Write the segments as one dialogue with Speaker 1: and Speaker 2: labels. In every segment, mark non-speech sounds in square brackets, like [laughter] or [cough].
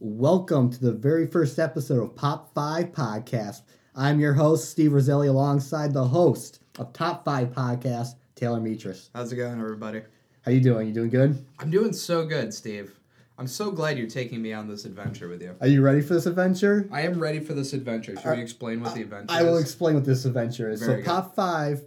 Speaker 1: Welcome to the very first episode of Pop 5 Podcast. I'm your host, Steve Roselli, alongside the host of Top 5 Podcast, Taylor Metris.
Speaker 2: How's it going, everybody?
Speaker 1: How you doing? You doing good?
Speaker 2: I'm doing so good, Steve. I'm so glad you're taking me on this adventure with you.
Speaker 1: Are you ready for this adventure?
Speaker 2: I am ready for this adventure. Should we explain what the adventure
Speaker 1: Uh, I will
Speaker 2: is?
Speaker 1: explain what this adventure is.
Speaker 2: Very
Speaker 1: so,
Speaker 2: good.
Speaker 1: Top 5,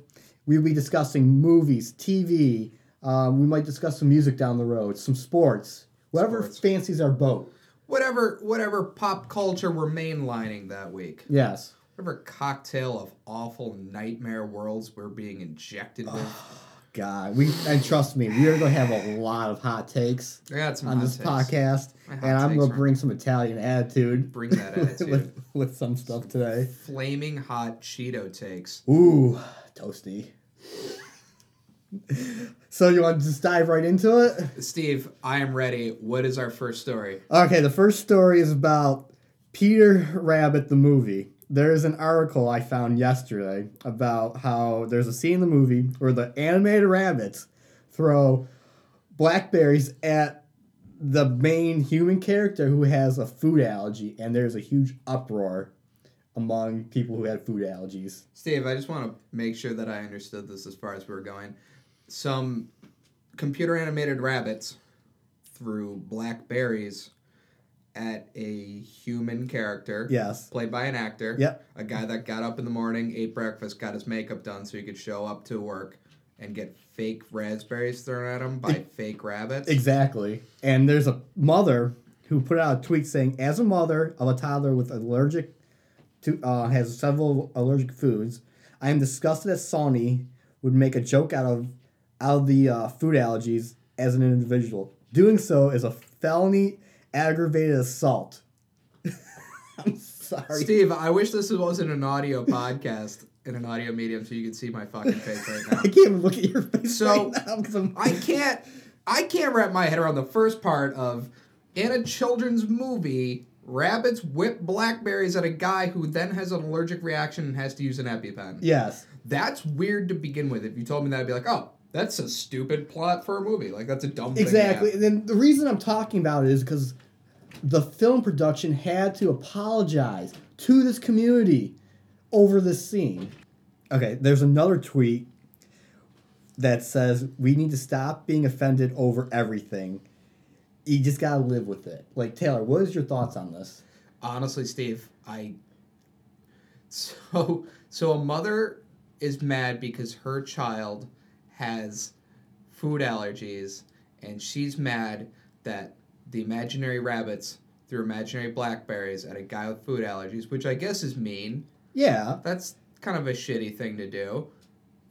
Speaker 1: we'll be discussing movies, TV, um, we might discuss some music down the road, some sports, whatever
Speaker 2: Sports.
Speaker 1: fancies our boat.
Speaker 2: whatever, whatever pop culture we're mainlining that week.
Speaker 1: Yes.
Speaker 2: Whatever cocktail of awful nightmare worlds we're being injected with.
Speaker 1: God, we and trust me, we are going to have a lot of hot takes.
Speaker 2: I got some
Speaker 1: on
Speaker 2: hot
Speaker 1: this
Speaker 2: takes.
Speaker 1: podcast,
Speaker 2: My hot
Speaker 1: and I'm
Speaker 2: takes
Speaker 1: gonna
Speaker 2: are-
Speaker 1: bring some Italian attitude.
Speaker 2: Bring that
Speaker 1: [laughs]
Speaker 2: attitude.
Speaker 1: with, with some stuff
Speaker 2: [laughs]
Speaker 1: today.
Speaker 2: Flaming hot Cheeto takes.
Speaker 1: Ooh, toasty. [laughs] so you want to just dive right into it?
Speaker 2: Steve, I am ready. What is our first story?
Speaker 1: Okay, the first story is about Peter Rabbit the movie. There is an article I found yesterday about how there's a scene in the movie where the animated rabbits throw blackberries at the main human character who has a food allergy, and there's a huge uproar among people who had food allergies.
Speaker 2: Steve, I just want to make sure that I understood this as far as we were going. Some computer animated rabbits threw blackberries at a human character.
Speaker 1: Yes.
Speaker 2: Played by an actor.
Speaker 1: Yep.
Speaker 2: A guy that got up in the morning, ate breakfast, got his makeup done so he could show up to work and get fake raspberries thrown at him by fake rabbits.
Speaker 1: Exactly. And there's a mother who put out a tweet saying, as a mother of a toddler with allergic to uh, has several allergic foods, I am disgusted that Sony would make a joke out of out of the uh, food allergies as an individual. Doing so is a felony aggravated assault. [laughs] I'm sorry.
Speaker 2: Steve, I wish this wasn't an audio [laughs] podcast in an audio medium so you could see my fucking face right now.
Speaker 1: I can't even look at your face
Speaker 2: So,
Speaker 1: right now 'cause I'm,
Speaker 2: I can't I can't wrap my head around the first part of in a children's movie, rabbits whip blackberries at a guy who then has an allergic reaction and has to use an EpiPen.
Speaker 1: yes.
Speaker 2: That's weird to begin with. If you told me that I'd be like, oh, that's a stupid plot for a movie. Like that's a dumb thing. to
Speaker 1: Exactly.
Speaker 2: have.
Speaker 1: And then the reason I'm talking about it is because the film production had to apologize to this community over this scene. Okay, there's another tweet that says we need to stop being offended over everything. You just gotta live with it. Like Taylor, what is your thoughts on this?
Speaker 2: Honestly, Steve, I so so a mother is mad because her child has food allergies and she's mad that the imaginary rabbits threw imaginary blackberries at a guy with food allergies, which I guess is mean.
Speaker 1: Yeah,
Speaker 2: That's kind of a shitty thing to do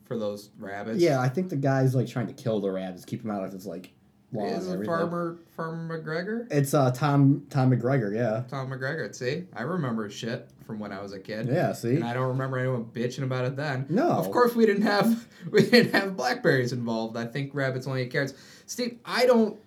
Speaker 2: for those rabbits.
Speaker 1: yeah. I think the guy's like trying to kill the rabbits, keep him out of his like lawn. and
Speaker 2: Is it
Speaker 1: everything.
Speaker 2: farmer Farmer McGregor?
Speaker 1: It's uh Tom Tom McGregor. Yeah,
Speaker 2: Tom McGregor, see? I remember shit from when I was a kid.
Speaker 1: yeah. See,
Speaker 2: And I don't remember anyone bitching about it then.
Speaker 1: No.
Speaker 2: Of course we didn't have [laughs] we didn't have blackberries involved. I think rabbits only ate carrots. Steve, I don't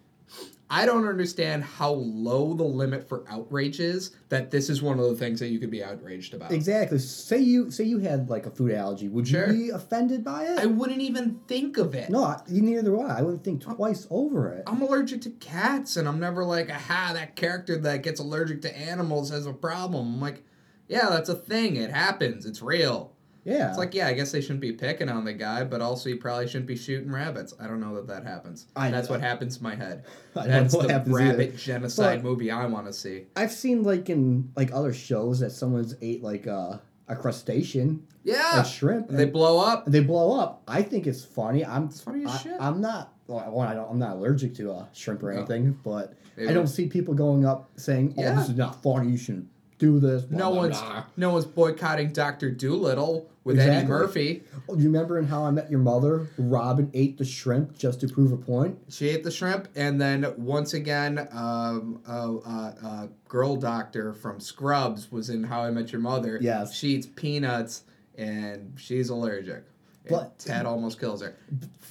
Speaker 2: I don't understand how low the limit for outrage is that this is one of the things that you could be outraged about.
Speaker 1: Exactly. Say you say you had like a food allergy, would
Speaker 2: Sure.
Speaker 1: you be offended by it?
Speaker 2: I wouldn't even think of it.
Speaker 1: no, I, you neither would. I. I wouldn't think twice over it.
Speaker 2: I'm allergic to cats and I'm never like, aha, that character that gets allergic to animals has a problem. I'm like, yeah, that's a thing. It happens. It's real.
Speaker 1: Yeah.
Speaker 2: It's like, yeah, I guess they shouldn't be picking on the guy, but also you probably shouldn't be shooting rabbits. I don't know that that happens.
Speaker 1: I-
Speaker 2: That's what happens in my head.
Speaker 1: [laughs] [laughs] I don't
Speaker 2: That's
Speaker 1: know what
Speaker 2: the
Speaker 1: happens
Speaker 2: rabbit
Speaker 1: either.
Speaker 2: genocide
Speaker 1: But-
Speaker 2: movie I want to see.
Speaker 1: I've seen like in like other shows that someone's ate like a a crustacean
Speaker 2: Yeah,
Speaker 1: or shrimp.
Speaker 2: Ah, they
Speaker 1: and
Speaker 2: blow up.
Speaker 1: they blow up. I think it's funny. I'm it's
Speaker 2: funny as
Speaker 1: I,
Speaker 2: shit.
Speaker 1: I'm not. Well, one, I don't. I'm not allergic to uh, shrimp or
Speaker 2: No.
Speaker 1: anything, but
Speaker 2: They
Speaker 1: I don't
Speaker 2: were-
Speaker 1: see people going up saying, "Oh,
Speaker 2: Yeah.
Speaker 1: this is not funny. You shouldn't do this." blah,
Speaker 2: No
Speaker 1: blah,
Speaker 2: one's
Speaker 1: blah."
Speaker 2: no one's boycotting Doctor Doolittle with Eddie
Speaker 1: Exactly.
Speaker 2: Murphy.
Speaker 1: Oh, you remember in How I Met Your Mother? Robin ate the shrimp just to prove a point.
Speaker 2: She ate the shrimp, and then once again, um, uh, uh, uh, girl doctor from Scrubs was in How I Met Your Mother.
Speaker 1: Yes.
Speaker 2: she eats peanuts, and she's allergic. And
Speaker 1: But-
Speaker 2: Ted almost kills her.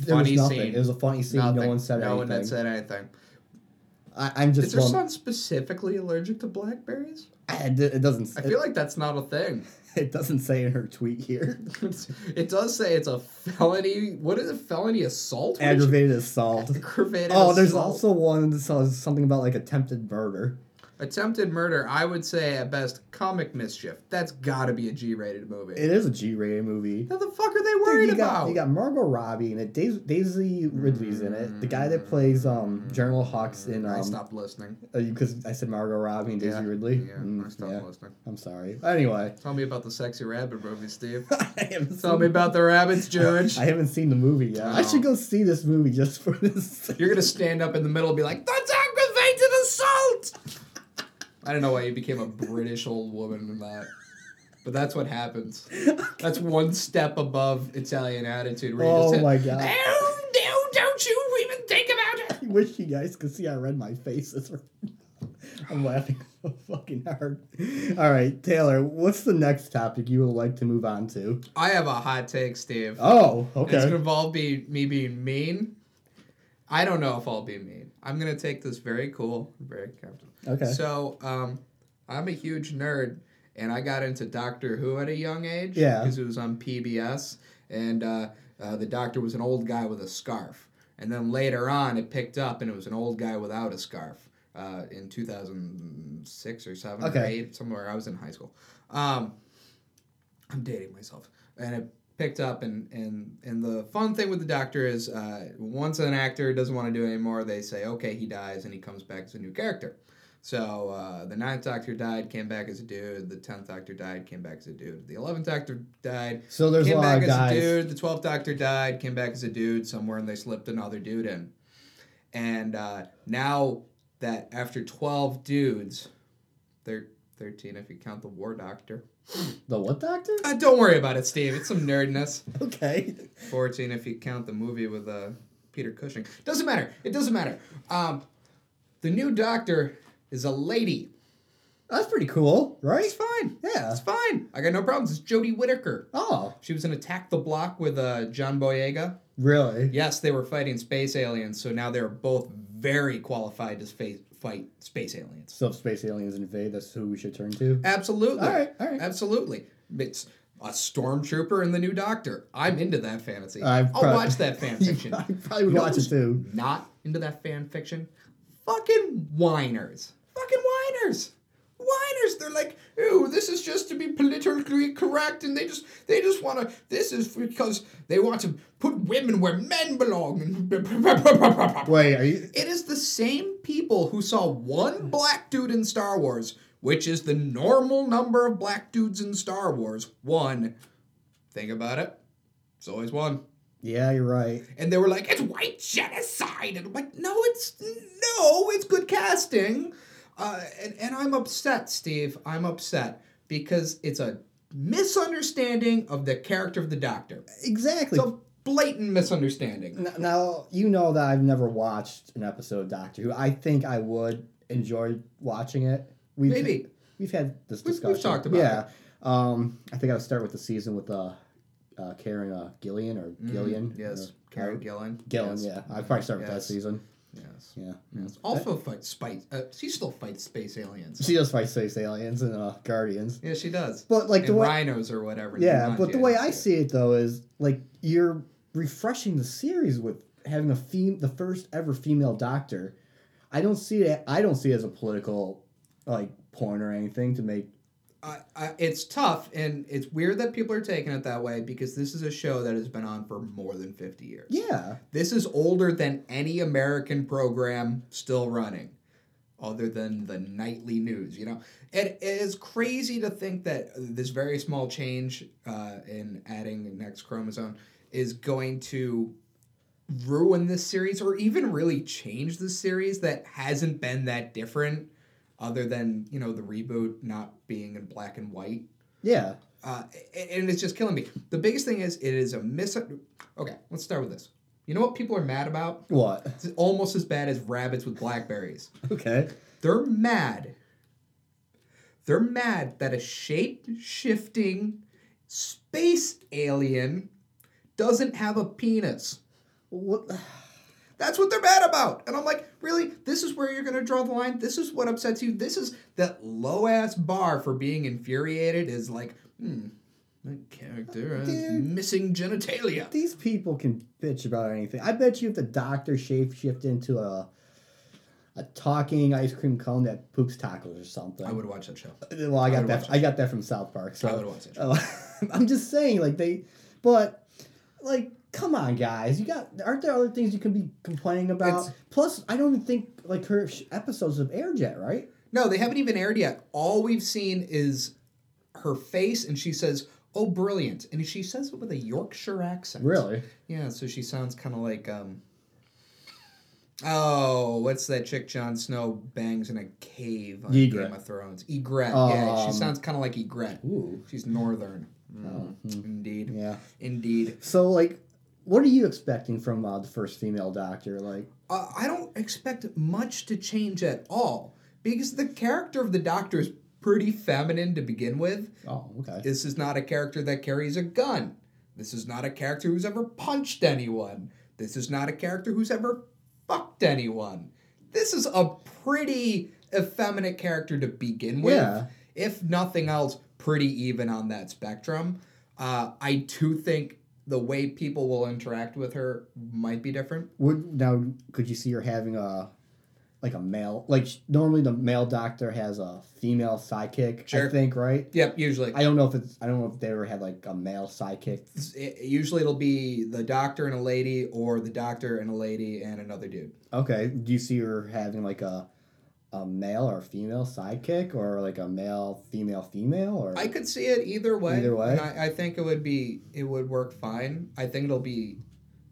Speaker 1: There
Speaker 2: Funny
Speaker 1: was nothing.
Speaker 2: scene.
Speaker 1: It was a funny scene. No
Speaker 2: Nothing.
Speaker 1: one said
Speaker 2: No
Speaker 1: anything.
Speaker 2: one had said anything.
Speaker 1: I, I'm just.
Speaker 2: Is her
Speaker 1: bummed.
Speaker 2: son specifically allergic to blackberries?
Speaker 1: I- [laughs] it, it doesn't.
Speaker 2: I
Speaker 1: It,
Speaker 2: feel like that's not a thing.
Speaker 1: [laughs]
Speaker 2: [laughs]
Speaker 1: it doesn't say in her tweet here. [laughs]
Speaker 2: it does say it's a felony. What is a felony assault? What is she-
Speaker 1: Aggravated assault.
Speaker 2: Aggravated.
Speaker 1: Oh, there's
Speaker 2: assault?
Speaker 1: also one that says something about like attempted murder.
Speaker 2: Attempted murder, I would say at best comic mischief. That's gotta be a G rated movie.
Speaker 1: It is a G-rated movie.
Speaker 2: what the fuck are they
Speaker 1: Dude,
Speaker 2: worried
Speaker 1: you
Speaker 2: about?
Speaker 1: got you got Margot Robbie in it. Daisy, Daisy Ridley's in it. The guy that plays um General Hawks in
Speaker 2: Mm. I
Speaker 1: um
Speaker 2: stopped listening.
Speaker 1: because I said Margot Robbie and Daisy
Speaker 2: Yeah.
Speaker 1: Ridley.
Speaker 2: Yeah,
Speaker 1: Mm,
Speaker 2: I stopped
Speaker 1: yeah.
Speaker 2: listening.
Speaker 1: I'm sorry. Anyway, [laughs]
Speaker 2: Tell me about the sexy rabbit movie, Steve.
Speaker 1: I haven't
Speaker 2: Tell
Speaker 1: seen-
Speaker 2: me about the rabbits, George.
Speaker 1: I haven't seen the movie yet. I
Speaker 2: No.
Speaker 1: should go see this movie just for this.
Speaker 2: You're gonna stand up in the middle and be like, "That's aggravated assault." I don't know why you became a British old woman in that, but that's what happens. That's one step above Italian attitude. Where you just
Speaker 1: Oh
Speaker 2: hit,
Speaker 1: my God.
Speaker 2: Oh no! Don't you even think about it.
Speaker 1: I wish you guys could see I read my faces. [laughs] I'm laughing [laughs] so fucking hard. All right, Taylor, what's the next topic you would like to move on to?
Speaker 2: I have a hot take, Steve.
Speaker 1: Oh,
Speaker 2: And It's
Speaker 1: okay.
Speaker 2: gonna involve be me being mean. I don't know if I'll be mean. I'm gonna take this very cool, very comfortable.
Speaker 1: Okay.
Speaker 2: So, um, I'm a huge nerd, and I got into Doctor Who at a young age.
Speaker 1: Yeah.
Speaker 2: Because it was on PBS, and uh, uh, the doctor was an old guy with a scarf. And then later on, it picked up, and it was an old guy without a scarf. Uh, in 2006 or seven or
Speaker 1: Okay.
Speaker 2: eight, somewhere I was in high school. Um, I'm dating myself, and it picked up. And and and the fun thing with the Doctor is, uh, once an actor doesn't want to do it anymore, they say, okay, he dies, and he comes back as a new character. So uh, the ninth Doctor died, came back as a dude. The tenth Doctor died, came back as a dude. The eleventh Doctor died,
Speaker 1: So there's a
Speaker 2: came
Speaker 1: lot
Speaker 2: back
Speaker 1: of
Speaker 2: as a
Speaker 1: guys.
Speaker 2: dude. The twelfth Doctor died, came back as a dude somewhere, and they slipped another dude in. And uh, now that after twelve dudes, they're thirteen if you count the War Doctor.
Speaker 1: The what doctor? [laughs]
Speaker 2: Uh, don't worry about it, Steve. It's some nerdness.
Speaker 1: Okay.
Speaker 2: 14 if you count the movie with uh, Peter Cushing. Doesn't matter. It doesn't matter. Um, the new doctor is a lady.
Speaker 1: That's pretty cool, right?
Speaker 2: It's fine.
Speaker 1: Yeah.
Speaker 2: It's fine. I got no problems. It's Jodie Whittaker.
Speaker 1: Oh,
Speaker 2: She was in Attack the Block with uh, John Boyega.
Speaker 1: really?
Speaker 2: Yes, they were fighting space aliens, so now they're both very qualified to spa- fight space aliens.
Speaker 1: So if space aliens invade, that's who we should turn to.
Speaker 2: Absolutely.
Speaker 1: Mm-hmm. All right, all right.
Speaker 2: Absolutely. It's a stormtrooper and the new doctor. I'm into that fantasy. i
Speaker 1: I've
Speaker 2: will
Speaker 1: prob- [laughs]
Speaker 2: watch that fan fiction.
Speaker 1: I probably would
Speaker 2: You know
Speaker 1: watch it
Speaker 2: who's
Speaker 1: too.
Speaker 2: Not into that fan fiction. Fucking whiners. Fucking whiners. Whiners. They're like, ooh, this is just to be politically correct, and they just they just want to. This is because they want to put women where men belong. [laughs] and
Speaker 1: Wait, are you?
Speaker 2: It is the same people who saw one black dude in Star Wars, which is the normal number of black dudes in Star Wars. One. Think about it. It's always one.
Speaker 1: Yeah, you're right.
Speaker 2: And they were like, it's white genocide. And I'm like, no, it's no, it's good casting. Uh, and, and I'm upset, Steve. I'm upset because it's a misunderstanding of the character of the doctor.
Speaker 1: Exactly.
Speaker 2: It's a blatant misunderstanding.
Speaker 1: N- Now you know that I've never watched an episode of Doctor Who. I think I would enjoy watching it. We've,
Speaker 2: Maybe.
Speaker 1: we've had this
Speaker 2: We've- we've
Speaker 1: discussion.
Speaker 2: talked about
Speaker 1: yeah. Um, I think I would start with the season with uh, uh Karen uh, Gillian or Gillian.
Speaker 2: Mm-hmm. Yes.
Speaker 1: or-
Speaker 2: Karen Gillan.
Speaker 1: Gillian.
Speaker 2: Yes.
Speaker 1: Yeah, I'd probably start with that
Speaker 2: Yes. Mm-hmm.
Speaker 1: season.
Speaker 2: Yes.
Speaker 1: Yeah.
Speaker 2: Yes. Also fights spice. Uh, she still fights space aliens.
Speaker 1: She does fight space aliens and uh, guardians,
Speaker 2: yeah, she does.
Speaker 1: but like the
Speaker 2: and
Speaker 1: way
Speaker 2: rhinos or whatever.
Speaker 1: Yeah,
Speaker 2: Not
Speaker 1: but the way I
Speaker 2: Janos.
Speaker 1: see it though is like you're refreshing the series with having a fem- the first ever female doctor. I don't see it. I don't see it as a political like point or anything to make.
Speaker 2: I, I, it's tough and it's weird that people are taking it that way because this is a show that has been on for more than 50 years.
Speaker 1: Yeah,
Speaker 2: This is older than any American program still running other than the nightly news, you know. It, it is crazy to think that this very small change uh, in adding the next chromosome is going to ruin this series or even really change the series that hasn't been that different other than, you know, the reboot not being in black and white
Speaker 1: yeah.
Speaker 2: uh, and- and it's just killing me. The biggest thing is it is a mis. Okay, let's start with this. You know what people are mad about?
Speaker 1: What?
Speaker 2: It's almost as bad as rabbits with blackberries.
Speaker 1: [laughs] Okay.
Speaker 2: They're mad. They're mad that a shape shifting space alien doesn't have a penis.
Speaker 1: What?
Speaker 2: That's what they're mad about. And I'm like, really? This is where you're going to draw the line? This is what upsets you? This is that low ass bar for being infuriated is like, hmm, that character has
Speaker 1: Dude.
Speaker 2: missing genitalia.
Speaker 1: These people can bitch about anything. I bet you if the doctor shape shift into a a talking ice cream cone that poops tacos or something.
Speaker 2: I would watch that show.
Speaker 1: Well, I got
Speaker 2: would
Speaker 1: that.
Speaker 2: watch
Speaker 1: I got that from South Park. So
Speaker 2: I would watch it.
Speaker 1: Uh, [laughs] I'm just saying, like they, but like, come on, guys, you got aren't there other things you can be complaining about?
Speaker 2: It's-
Speaker 1: Plus, I don't even think like her sh- episodes have aired yet, right?
Speaker 2: No, they haven't even aired yet. All we've seen is her face, and she says, "Oh, brilliant!" And she says it with a Yorkshire accent. Yeah. So she sounds kind of like um. Oh, what's that chick Jon Snow bangs in a cave on
Speaker 1: Ygritte.
Speaker 2: Game of Thrones? Egret. yeah,
Speaker 1: Um,
Speaker 2: she sounds kind of like Egret.
Speaker 1: Ooh.
Speaker 2: She's northern.
Speaker 1: Oh, hmm.
Speaker 2: Indeed.
Speaker 1: Yeah.
Speaker 2: Indeed.
Speaker 1: So like, what are you expecting from uh, the first female doctor? Like,
Speaker 2: uh, I don't expect much to change at all because the character of the Doctor is pretty feminine to begin with.
Speaker 1: oh, okay.
Speaker 2: This is not a character that carries a gun. This is not a character who's ever punched anyone. This is not a character who's ever fucked anyone. This is a pretty effeminate character to begin with.
Speaker 1: Yeah.
Speaker 2: If nothing else, pretty even on that spectrum. Uh, I do think the way people will interact with her might be different.
Speaker 1: Would now could you see her having a like a male like sh- normally the male doctor has a female sidekick I
Speaker 2: Sure.
Speaker 1: think right
Speaker 2: Yep, usually.
Speaker 1: I don't know if it's I don't know if they ever had like a male sidekick.
Speaker 2: It- usually it'll be the doctor and a lady, or the doctor and a lady and another dude.
Speaker 1: Okay, do you see her having like a a male or female sidekick or like a male female female or
Speaker 2: I could see it either way.
Speaker 1: Either way?
Speaker 2: and I, I think it would be it would work fine. I think it'll be.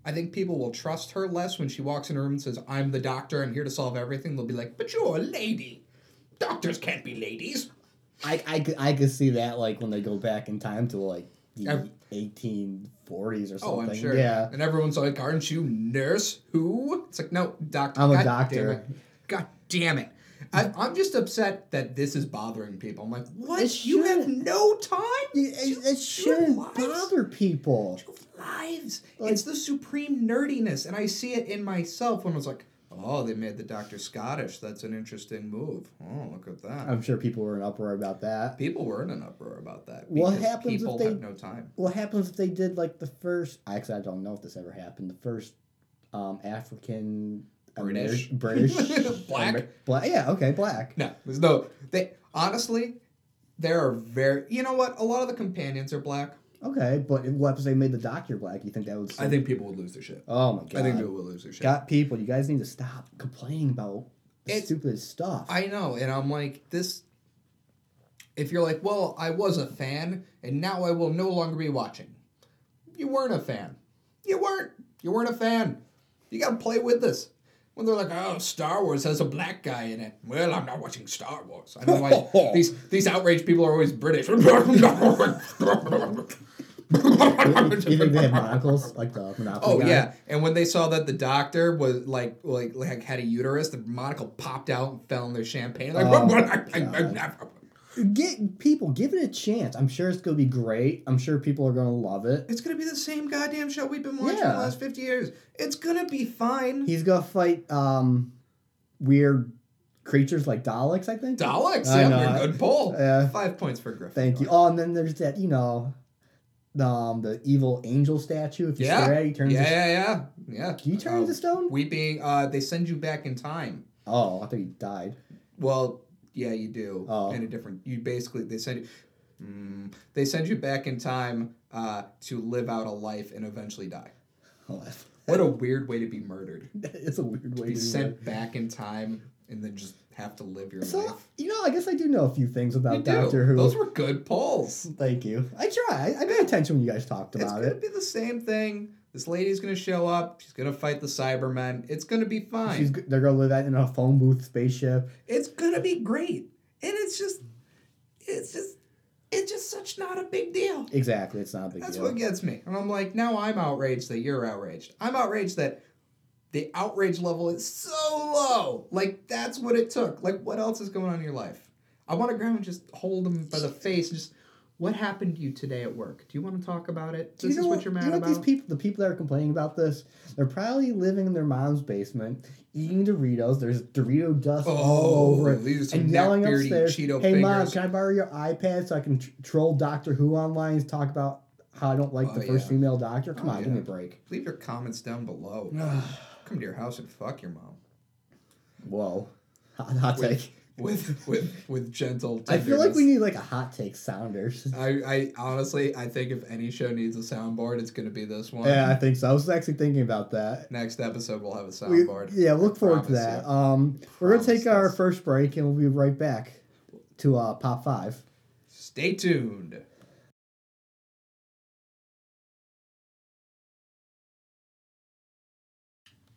Speaker 2: I think people will trust her less when she walks in a room and says, "I'm the doctor. I'm here to solve everything." They'll be like, "But you're a lady. Doctors can't be ladies."
Speaker 1: I I could I could see that like when they go back in time to like the
Speaker 2: Ev-
Speaker 1: eighteen forties or
Speaker 2: Oh,
Speaker 1: something.
Speaker 2: I'm sure.
Speaker 1: Yeah.
Speaker 2: And everyone's like, "Aren't you nurse? Who?" It's like, "No, doctor.
Speaker 1: I'm a
Speaker 2: God
Speaker 1: doctor.
Speaker 2: Damn it. God damn it." I, I'm just upset that this is bothering people. I'm like, what?
Speaker 1: It
Speaker 2: you have
Speaker 1: shouldn't.
Speaker 2: no time?
Speaker 1: It, it,
Speaker 2: Your
Speaker 1: it shouldn't
Speaker 2: lives?
Speaker 1: bother people.
Speaker 2: lives.
Speaker 1: Like-
Speaker 2: it's the supreme nerdiness, and I see it in myself when I was like, "Oh, they made the doctor Scottish. That's an interesting move. Oh, look at that."
Speaker 1: I'm sure people were in uproar about that.
Speaker 2: people were in an uproar about that.
Speaker 1: What
Speaker 2: because
Speaker 1: happens if
Speaker 2: People
Speaker 1: they-
Speaker 2: have no time.
Speaker 1: What happens if they did like the first? Actually, I don't know if this ever happened. The first um, African
Speaker 2: British.
Speaker 1: Ameri- British
Speaker 2: [laughs] Black.
Speaker 1: black. Yeah. Okay. Black.
Speaker 2: No, there's no. They honestly, there are very. You know what? A lot of the companions are black.
Speaker 1: Okay, but what if they made the doctor black? You think that would?
Speaker 2: I think people would lose their shit.
Speaker 1: Oh my god!
Speaker 2: I think people would lose their shit.
Speaker 1: Got people. You guys need to stop complaining about the
Speaker 2: It-
Speaker 1: stupid stuff.
Speaker 2: I know, and I'm like this. If you're like, well, I was a fan, and now I will no longer be watching. You weren't a fan. You weren't. You weren't a fan. You gotta play with this. When they're like, oh, Star Wars has a black guy in it. Well, I'm not watching Star Wars. I know why these these outraged people are always
Speaker 1: [laughs]
Speaker 2: British. [laughs]
Speaker 1: you think they have monocles like the Monopoly?
Speaker 2: Oh
Speaker 1: guy?
Speaker 2: yeah, and when they saw that the doctor was like like like had a uterus, the monocle popped out and fell in their champagne. Like, [laughs]
Speaker 1: Oh, God. Get people, give it a chance. I'm sure it's gonna be great. I'm sure people are gonna love it.
Speaker 2: it's gonna be the same goddamn show we've been watching
Speaker 1: Yeah.
Speaker 2: the last fifty years. It's gonna be fine.
Speaker 1: He's gonna fight um, weird creatures like Daleks. I think.
Speaker 2: Daleks,
Speaker 1: I
Speaker 2: yeah,
Speaker 1: know.
Speaker 2: you're a good poll.
Speaker 1: Yeah.
Speaker 2: Five points for Griffin.
Speaker 1: Thank you. Oh, and then there's that you know, um, the evil angel statue. If you
Speaker 2: Yeah.
Speaker 1: stare at it, he turns.
Speaker 2: yeah,
Speaker 1: into-
Speaker 2: yeah, yeah, yeah.
Speaker 1: Do you turn
Speaker 2: Uh,
Speaker 1: into stone?
Speaker 2: weeping. Uh, they send you back in time.
Speaker 1: Oh, I thought he died.
Speaker 2: Well, yeah, you do.
Speaker 1: Oh.
Speaker 2: In a different, you basically they send you, mm, they send you back in time uh, to live out a life and eventually die.
Speaker 1: Oh, that's-
Speaker 2: What a weird way to
Speaker 1: [laughs]
Speaker 2: be murdered.
Speaker 1: it's a weird way
Speaker 2: Be
Speaker 1: to do
Speaker 2: sent back in time and then just have to live your
Speaker 1: that. So
Speaker 2: life.
Speaker 1: you know, I guess I do know a few things about
Speaker 2: You do.
Speaker 1: Doctor Who.
Speaker 2: Those were good polls.
Speaker 1: Thank you. I try. I, I pay attention when you guys talked
Speaker 2: It's
Speaker 1: about
Speaker 2: gonna
Speaker 1: it.
Speaker 2: be the same thing. This lady's gonna show up. She's gonna fight the Cybermen. It's gonna be fine.
Speaker 1: She's, g- they're gonna live out in a phone booth spaceship.
Speaker 2: it's gonna be great. And it's just, it's just, it's just such not a big deal.
Speaker 1: Exactly. It's not a big
Speaker 2: That's
Speaker 1: deal.
Speaker 2: what gets me. And I'm like, now I'm outraged that you're outraged. I'm outraged that the outrage level is so low. Like, that's what it took. Like, what else is going on in your life? I want to grab him and just hold him by the face and just, what happened to you today at work? Do you want to talk about it?
Speaker 1: Do
Speaker 2: This
Speaker 1: you
Speaker 2: is
Speaker 1: know
Speaker 2: what you're mad
Speaker 1: you know
Speaker 2: about?
Speaker 1: These people, the people that are complaining about this, they're probably living in their mom's basement, eating Doritos. There's Dorito dust all
Speaker 2: Oh,
Speaker 1: over it,
Speaker 2: these are some
Speaker 1: and yelling
Speaker 2: neck-beardy
Speaker 1: upstairs.
Speaker 2: Cheeto
Speaker 1: hey, mom,
Speaker 2: fingers."
Speaker 1: can I borrow your iPad so I can tr- troll Doctor Who online? and Talk about how I don't like
Speaker 2: Oh,
Speaker 1: the first
Speaker 2: yeah.
Speaker 1: female doctor. Come
Speaker 2: Oh,
Speaker 1: on, give me a
Speaker 2: yeah.
Speaker 1: break. [sighs]
Speaker 2: Leave your comments down below. Come to your house and fuck your mom.
Speaker 1: Whoa. Hot, hot
Speaker 2: Wait.
Speaker 1: take. [laughs]
Speaker 2: with with with gentle.
Speaker 1: I feel like
Speaker 2: tenderness.
Speaker 1: we need like a hot take
Speaker 2: [laughs]
Speaker 1: sounders.
Speaker 2: I, I honestly, I think if any show needs a soundboard, it's going to be this one.
Speaker 1: Yeah, I think so. I was actually thinking about that.
Speaker 2: Next episode, we'll have a
Speaker 1: We-
Speaker 2: soundboard.
Speaker 1: yeah, look
Speaker 2: Oh, I
Speaker 1: forward to
Speaker 2: promise
Speaker 1: that.
Speaker 2: you.
Speaker 1: Um, we're gonna
Speaker 2: Promise
Speaker 1: take our
Speaker 2: this.
Speaker 1: first break and we'll be right back to uh, pop five.
Speaker 2: Stay tuned.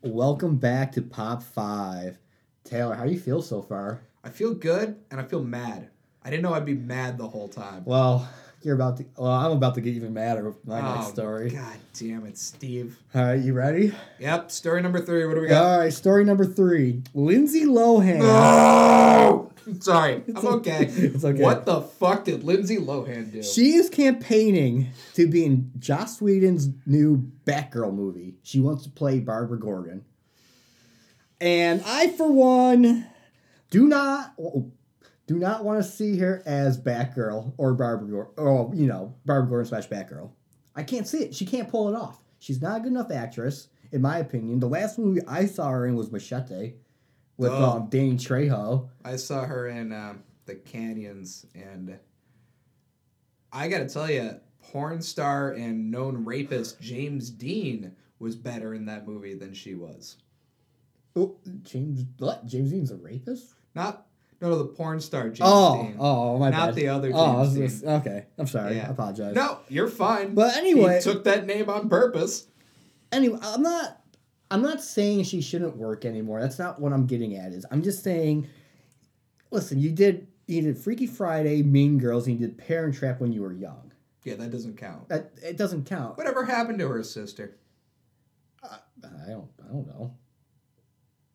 Speaker 1: Welcome back to pop five, Taylor. How do you feel so far?
Speaker 2: I feel good and I feel mad. I didn't know I'd be mad the whole time.
Speaker 1: Well, you're about to. Well, I'm about to get even madder with my
Speaker 2: Oh,
Speaker 1: next story.
Speaker 2: God damn it, Steve.
Speaker 1: All right, you ready?
Speaker 2: Yep, story number three. What do we got?
Speaker 1: All right, story number three. Lindsay Lohan.
Speaker 2: No! Oh! [laughs] Sorry, I'm okay.
Speaker 1: it's okay.
Speaker 2: What the fuck did Lindsay Lohan do?
Speaker 1: She is campaigning to be in Joss Whedon's new Batgirl movie. She wants to play Barbara Gordon. And I, for one, do not oh, do not want to see her as Batgirl or Barbara Gordon. Or, you know, Barbara Gordon slash Batgirl. I can't see it. She can't pull it off. She's not a good enough actress, in my opinion. The last movie I saw her in was Machete with
Speaker 2: Oh.
Speaker 1: um, Danny Trejo.
Speaker 2: I saw her in um, the canyons, and I gotta tell you, porn star and known rapist James Dean was better in that movie than she was.
Speaker 1: Oh, James, what? James Dean's a rapist?
Speaker 2: Not no, no the porn star James
Speaker 1: Oh,
Speaker 2: Dean.
Speaker 1: oh, my
Speaker 2: Not
Speaker 1: bad.
Speaker 2: the other
Speaker 1: Oh, I
Speaker 2: James
Speaker 1: was
Speaker 2: Dean.
Speaker 1: just- okay. I'm sorry.
Speaker 2: Yeah.
Speaker 1: I apologize.
Speaker 2: No, you're fine.
Speaker 1: But anyway,
Speaker 2: he took that name on purpose.
Speaker 1: anyway, I'm not. I'm not saying she shouldn't work anymore. That's not what I'm getting at. Is I'm just saying, listen, you did you did Freaky Friday, Mean Girls, and you did Parent Trap when you were young.
Speaker 2: Yeah, that doesn't count.
Speaker 1: That it doesn't count.
Speaker 2: Whatever happened to her sister?
Speaker 1: I don't. I don't know.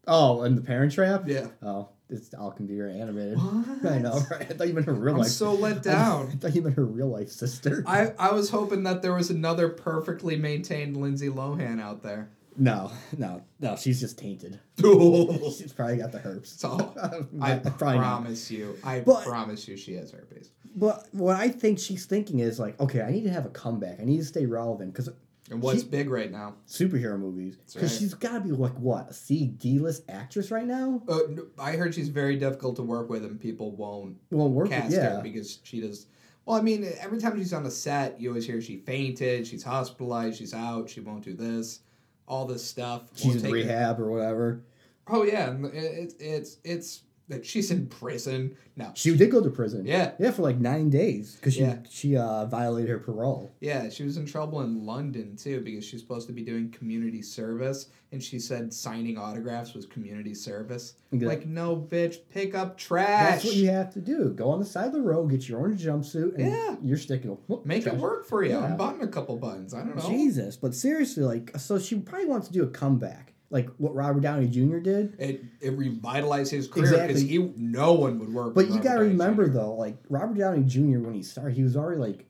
Speaker 1: Oh, and the Parent Trap.
Speaker 2: Yeah.
Speaker 1: Oh, it's all computer animated.
Speaker 2: What?
Speaker 1: [laughs] I know. Right? I thought you meant her real
Speaker 2: I'm
Speaker 1: life.
Speaker 2: so
Speaker 1: [laughs]
Speaker 2: let
Speaker 1: I
Speaker 2: down.
Speaker 1: thought you meant her real life sister.
Speaker 2: I, I was hoping that there was another perfectly maintained Lindsay Lohan
Speaker 1: [laughs]
Speaker 2: out there.
Speaker 1: No, no, no. She's just tainted. She's probably got the herpes. [laughs]
Speaker 2: So I
Speaker 1: Not- probably not.
Speaker 2: promise you, I
Speaker 1: But-
Speaker 2: promise you, she has herpes.
Speaker 1: But what I think she's thinking is like, okay, I need to have a comeback. I need to stay relevant because
Speaker 2: And what's
Speaker 1: She-
Speaker 2: big right now?
Speaker 1: superhero movies.
Speaker 2: That's
Speaker 1: Because
Speaker 2: right.
Speaker 1: she's got to be like what a C D list actress right now.
Speaker 2: Uh, n- I heard she's very difficult to work with, and people won't
Speaker 1: Well, work
Speaker 2: cast
Speaker 1: with yeah.
Speaker 2: her because she does. Well, I mean, every time she's on a set, you always hear she fainted, she's hospitalized, she's out, she won't do this, all this stuff. won't
Speaker 1: She's in
Speaker 2: take her-
Speaker 1: rehab or whatever.
Speaker 2: Oh yeah, and it, it's it's like she's in prison now.
Speaker 1: She did go to prison.
Speaker 2: Yeah.
Speaker 1: yeah, for like nine days because she
Speaker 2: Yeah.
Speaker 1: she uh, violated her parole.
Speaker 2: Yeah, she was in trouble in London too because she's supposed to be doing community service, and she said signing autographs was community service.
Speaker 1: Exactly.
Speaker 2: Like, no, bitch, pick up trash.
Speaker 1: That's what you have to do. Go on the side of the road, get your orange jumpsuit, and
Speaker 2: Yeah.
Speaker 1: you're sticking. whoop, [laughs]
Speaker 2: Make it
Speaker 1: trash.
Speaker 2: work for you.
Speaker 1: Yeah.
Speaker 2: I'm butting a couple buttons. I don't know.
Speaker 1: Jesus, but seriously, like, so she probably wants to do a comeback, like what Robert Downey Jr. did.
Speaker 2: It it revitalized his career because
Speaker 1: Exactly.
Speaker 2: he no one would work.
Speaker 1: But
Speaker 2: with
Speaker 1: you
Speaker 2: Robert
Speaker 1: gotta
Speaker 2: Downey
Speaker 1: remember
Speaker 2: Jr..
Speaker 1: though, like Robert Downey Jr. when he started, he was already like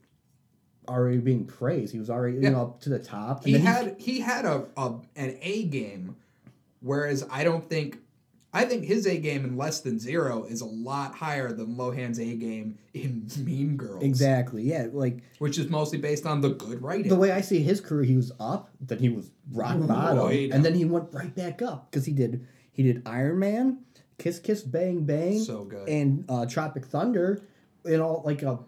Speaker 1: already being praised. He was already you
Speaker 2: Yeah.
Speaker 1: know up to the top. And
Speaker 2: he
Speaker 1: then
Speaker 2: had he had a, a an A game, whereas I don't think I think his A game in less than zero is a lot higher than Lohan's A game in Mean Girls.
Speaker 1: exactly yeah. Like
Speaker 2: Which is mostly based on the good writing.
Speaker 1: the way I see his career, he was up, then he was rock bottom,
Speaker 2: Right.
Speaker 1: and then he went right back up because he did he did Iron Man, Kiss Kiss Bang Bang,
Speaker 2: so good.
Speaker 1: and uh, Tropic Thunder in all like a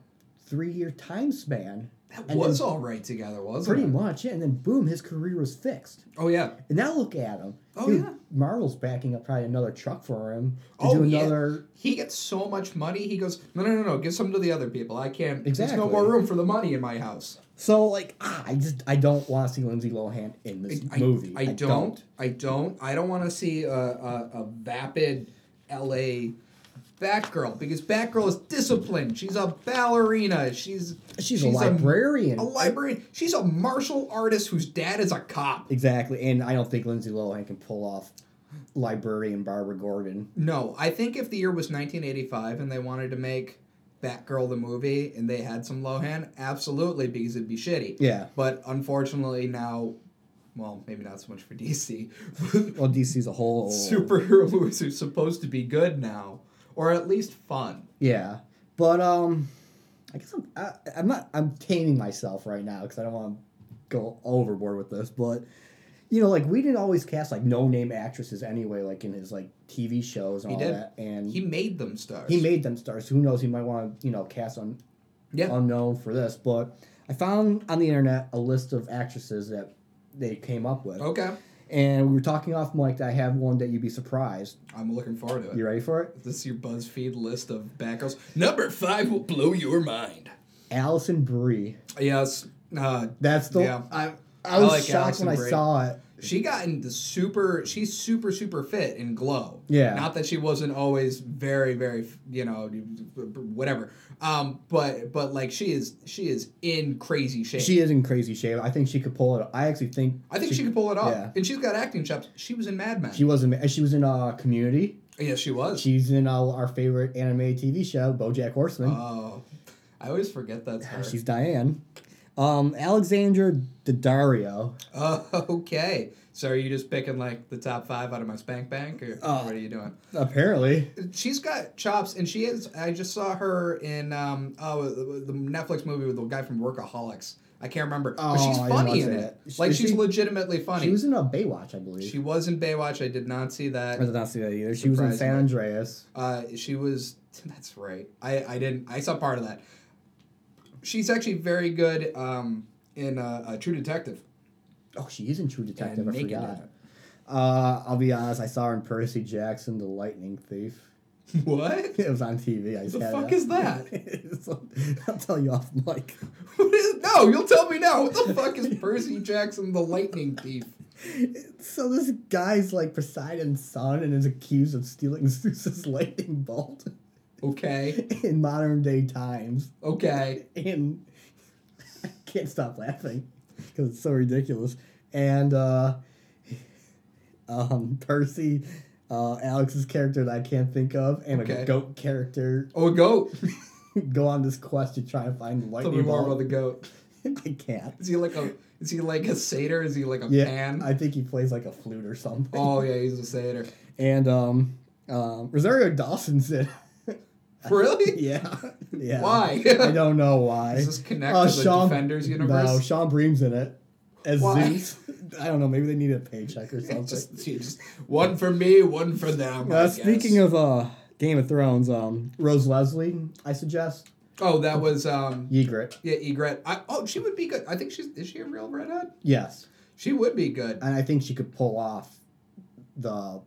Speaker 1: three year time span.
Speaker 2: that
Speaker 1: and
Speaker 2: was
Speaker 1: then-
Speaker 2: all right together, wasn't
Speaker 1: Pretty
Speaker 2: it?
Speaker 1: much, yeah. And then boom, his career was fixed.
Speaker 2: Oh yeah.
Speaker 1: And now look at him.
Speaker 2: Oh, yeah.
Speaker 1: Marvel's backing up probably another truck for him to
Speaker 2: Oh,
Speaker 1: do
Speaker 2: yeah.
Speaker 1: another.
Speaker 2: He gets so much money. He goes, no, no, no, no. Give some to the other people. I can't. There's
Speaker 1: Exactly.
Speaker 2: no more room for the money in my house.
Speaker 1: So like, ah, I just I don't want to see Lindsay Lohan in this
Speaker 2: I,
Speaker 1: movie.
Speaker 2: I, don't, I don't. I don't want to see a, a, a vapid L.A. Batgirl because Batgirl is disciplined. She's a ballerina. She's
Speaker 1: She's, a librarian.
Speaker 2: A, librarian. She's a martial artist whose dad is a cop.
Speaker 1: exactly, and I don't think Lindsay Lohan can pull off librarian Barbara Gordon.
Speaker 2: No, I think if the year was 1985 and they wanted to make Batgirl the movie and they had some Lohan, absolutely because it'd be shitty.
Speaker 1: Yeah.
Speaker 2: But unfortunately now, well, maybe not so much for [laughs] DC,
Speaker 1: Well, DC's a whole
Speaker 2: superhero movies are supposed to be good now, or at least fun.
Speaker 1: Yeah, but um, I guess I'm I, I'm not I'm taming myself right now because I don't want to go overboard with this. But you know, like we didn't always cast like no name actresses anyway, like in his like TV shows and
Speaker 2: He
Speaker 1: all
Speaker 2: did.
Speaker 1: that. And
Speaker 2: He
Speaker 1: he,
Speaker 2: made them stars.
Speaker 1: made them stars. Who knows? He might want to you know cast on
Speaker 2: Yeah.
Speaker 1: unknown for this. But I found on the internet a list of actresses that they came up with,
Speaker 2: Okay.
Speaker 1: and we were talking off mic that I have one that you'd be surprised.
Speaker 2: I'm looking forward to it.
Speaker 1: You ready for it?
Speaker 2: This is your BuzzFeed list of backers. Number five will blow your mind.
Speaker 1: Allison Brie.
Speaker 2: Yes. Uh,
Speaker 1: That's the
Speaker 2: Yeah.
Speaker 1: I. I
Speaker 2: I
Speaker 1: was
Speaker 2: like
Speaker 1: shocked
Speaker 2: Allison
Speaker 1: when I
Speaker 2: Brie.
Speaker 1: saw it.
Speaker 2: she got in the super. She's super super fit in glow.
Speaker 1: Yeah.
Speaker 2: Not that she wasn't always very very you know whatever. Um. But but like she is she is in crazy shape.
Speaker 1: She is in crazy shape. I think she could pull it. off. I actually think.
Speaker 2: I think she, could pull it off.
Speaker 1: yeah.
Speaker 2: And she's got acting chops. She was in Mad Men.
Speaker 1: She was in. She was in uh, Community.
Speaker 2: yes, she was.
Speaker 1: She's in uh, our favorite animated TV show, BoJack Horseman.
Speaker 2: oh, I always forget that's her.
Speaker 1: She's Diane. Um, Alexandra Daddario.
Speaker 2: Oh, [laughs] okay. So are you just picking like the top five out of my spank bank, or
Speaker 1: Uh,
Speaker 2: what are you doing?
Speaker 1: Apparently,
Speaker 2: She's got chops, and she is. I just saw her in um oh the the Netflix movie with the guy from Workaholics. I can't remember, but
Speaker 1: Oh,
Speaker 2: she's
Speaker 1: I didn't
Speaker 2: funny
Speaker 1: watch
Speaker 2: in it.
Speaker 1: that. Is
Speaker 2: Like she's
Speaker 1: she-
Speaker 2: legitimately funny.
Speaker 1: she was in a Baywatch, I believe.
Speaker 2: she was in Baywatch. I did not see
Speaker 1: I
Speaker 2: that.
Speaker 1: did not see that either. She was in San
Speaker 2: Surprisingly.
Speaker 1: Andreas.
Speaker 2: Uh, she was. [laughs] That's right. I, I didn't. I saw part of that. She's actually very good um, in uh, uh, True Detective. [laughs]
Speaker 1: Oh, she is in True Detective.
Speaker 2: And
Speaker 1: I
Speaker 2: Naked
Speaker 1: forgot.
Speaker 2: in it.
Speaker 1: Uh, I'll be honest. I saw her in Percy Jackson, The Lightning Thief.
Speaker 2: What?
Speaker 1: It was on TV. I just
Speaker 2: The
Speaker 1: had
Speaker 2: fuck
Speaker 1: it.
Speaker 2: is
Speaker 1: [laughs]
Speaker 2: that?
Speaker 1: It's- I'll tell you off mic.
Speaker 2: What is- no, you'll tell me now. What the fuck is Percy Jackson the Lightning Thief?
Speaker 1: So this guy's like Poseidon's son and is accused of stealing [laughs] Zeus's lightning bolt
Speaker 2: Okay,
Speaker 1: in modern day times.
Speaker 2: okay.
Speaker 1: And [laughs] I can't stop laughing because it's so ridiculous. And uh, [laughs] um, Percy, uh, Alex's character that I can't think of, and
Speaker 2: Okay.
Speaker 1: a goat character [laughs]
Speaker 2: Oh, a goat. [laughs]
Speaker 1: go on this quest to try and find the
Speaker 2: Tell
Speaker 1: lightning
Speaker 2: me more about
Speaker 1: bolt.
Speaker 2: the goat.
Speaker 1: [laughs] I can't.
Speaker 2: Is he like a? Is he like a satyr? Is he like a
Speaker 1: Yeah,
Speaker 2: pan?
Speaker 1: I think he plays like a flute or something.
Speaker 2: oh yeah, he's
Speaker 1: [laughs]
Speaker 2: a satyr.
Speaker 1: And um, um, Rosario Dawson's in.
Speaker 2: Really?
Speaker 1: [laughs] yeah. Yeah.
Speaker 2: Why?
Speaker 1: I don't know why.
Speaker 2: Does this connect
Speaker 1: Uh,
Speaker 2: to the Defenders universe?
Speaker 1: No, Sean Bream's in it as
Speaker 2: Why?
Speaker 1: Zeus. [laughs] I don't know. Maybe they need a paycheck or something.
Speaker 2: [laughs] Just, you just one for me, one for them.
Speaker 1: uh,
Speaker 2: I
Speaker 1: speaking
Speaker 2: guess.
Speaker 1: of uh, Game of Thrones, um, Rose Leslie, I suggest
Speaker 2: oh, that was um,
Speaker 1: Ygritte.
Speaker 2: yeah, Egret. I, oh, she would be good. I think she's is she a real redhead?
Speaker 1: Yes,
Speaker 2: She would be good.
Speaker 1: and I think she could pull off the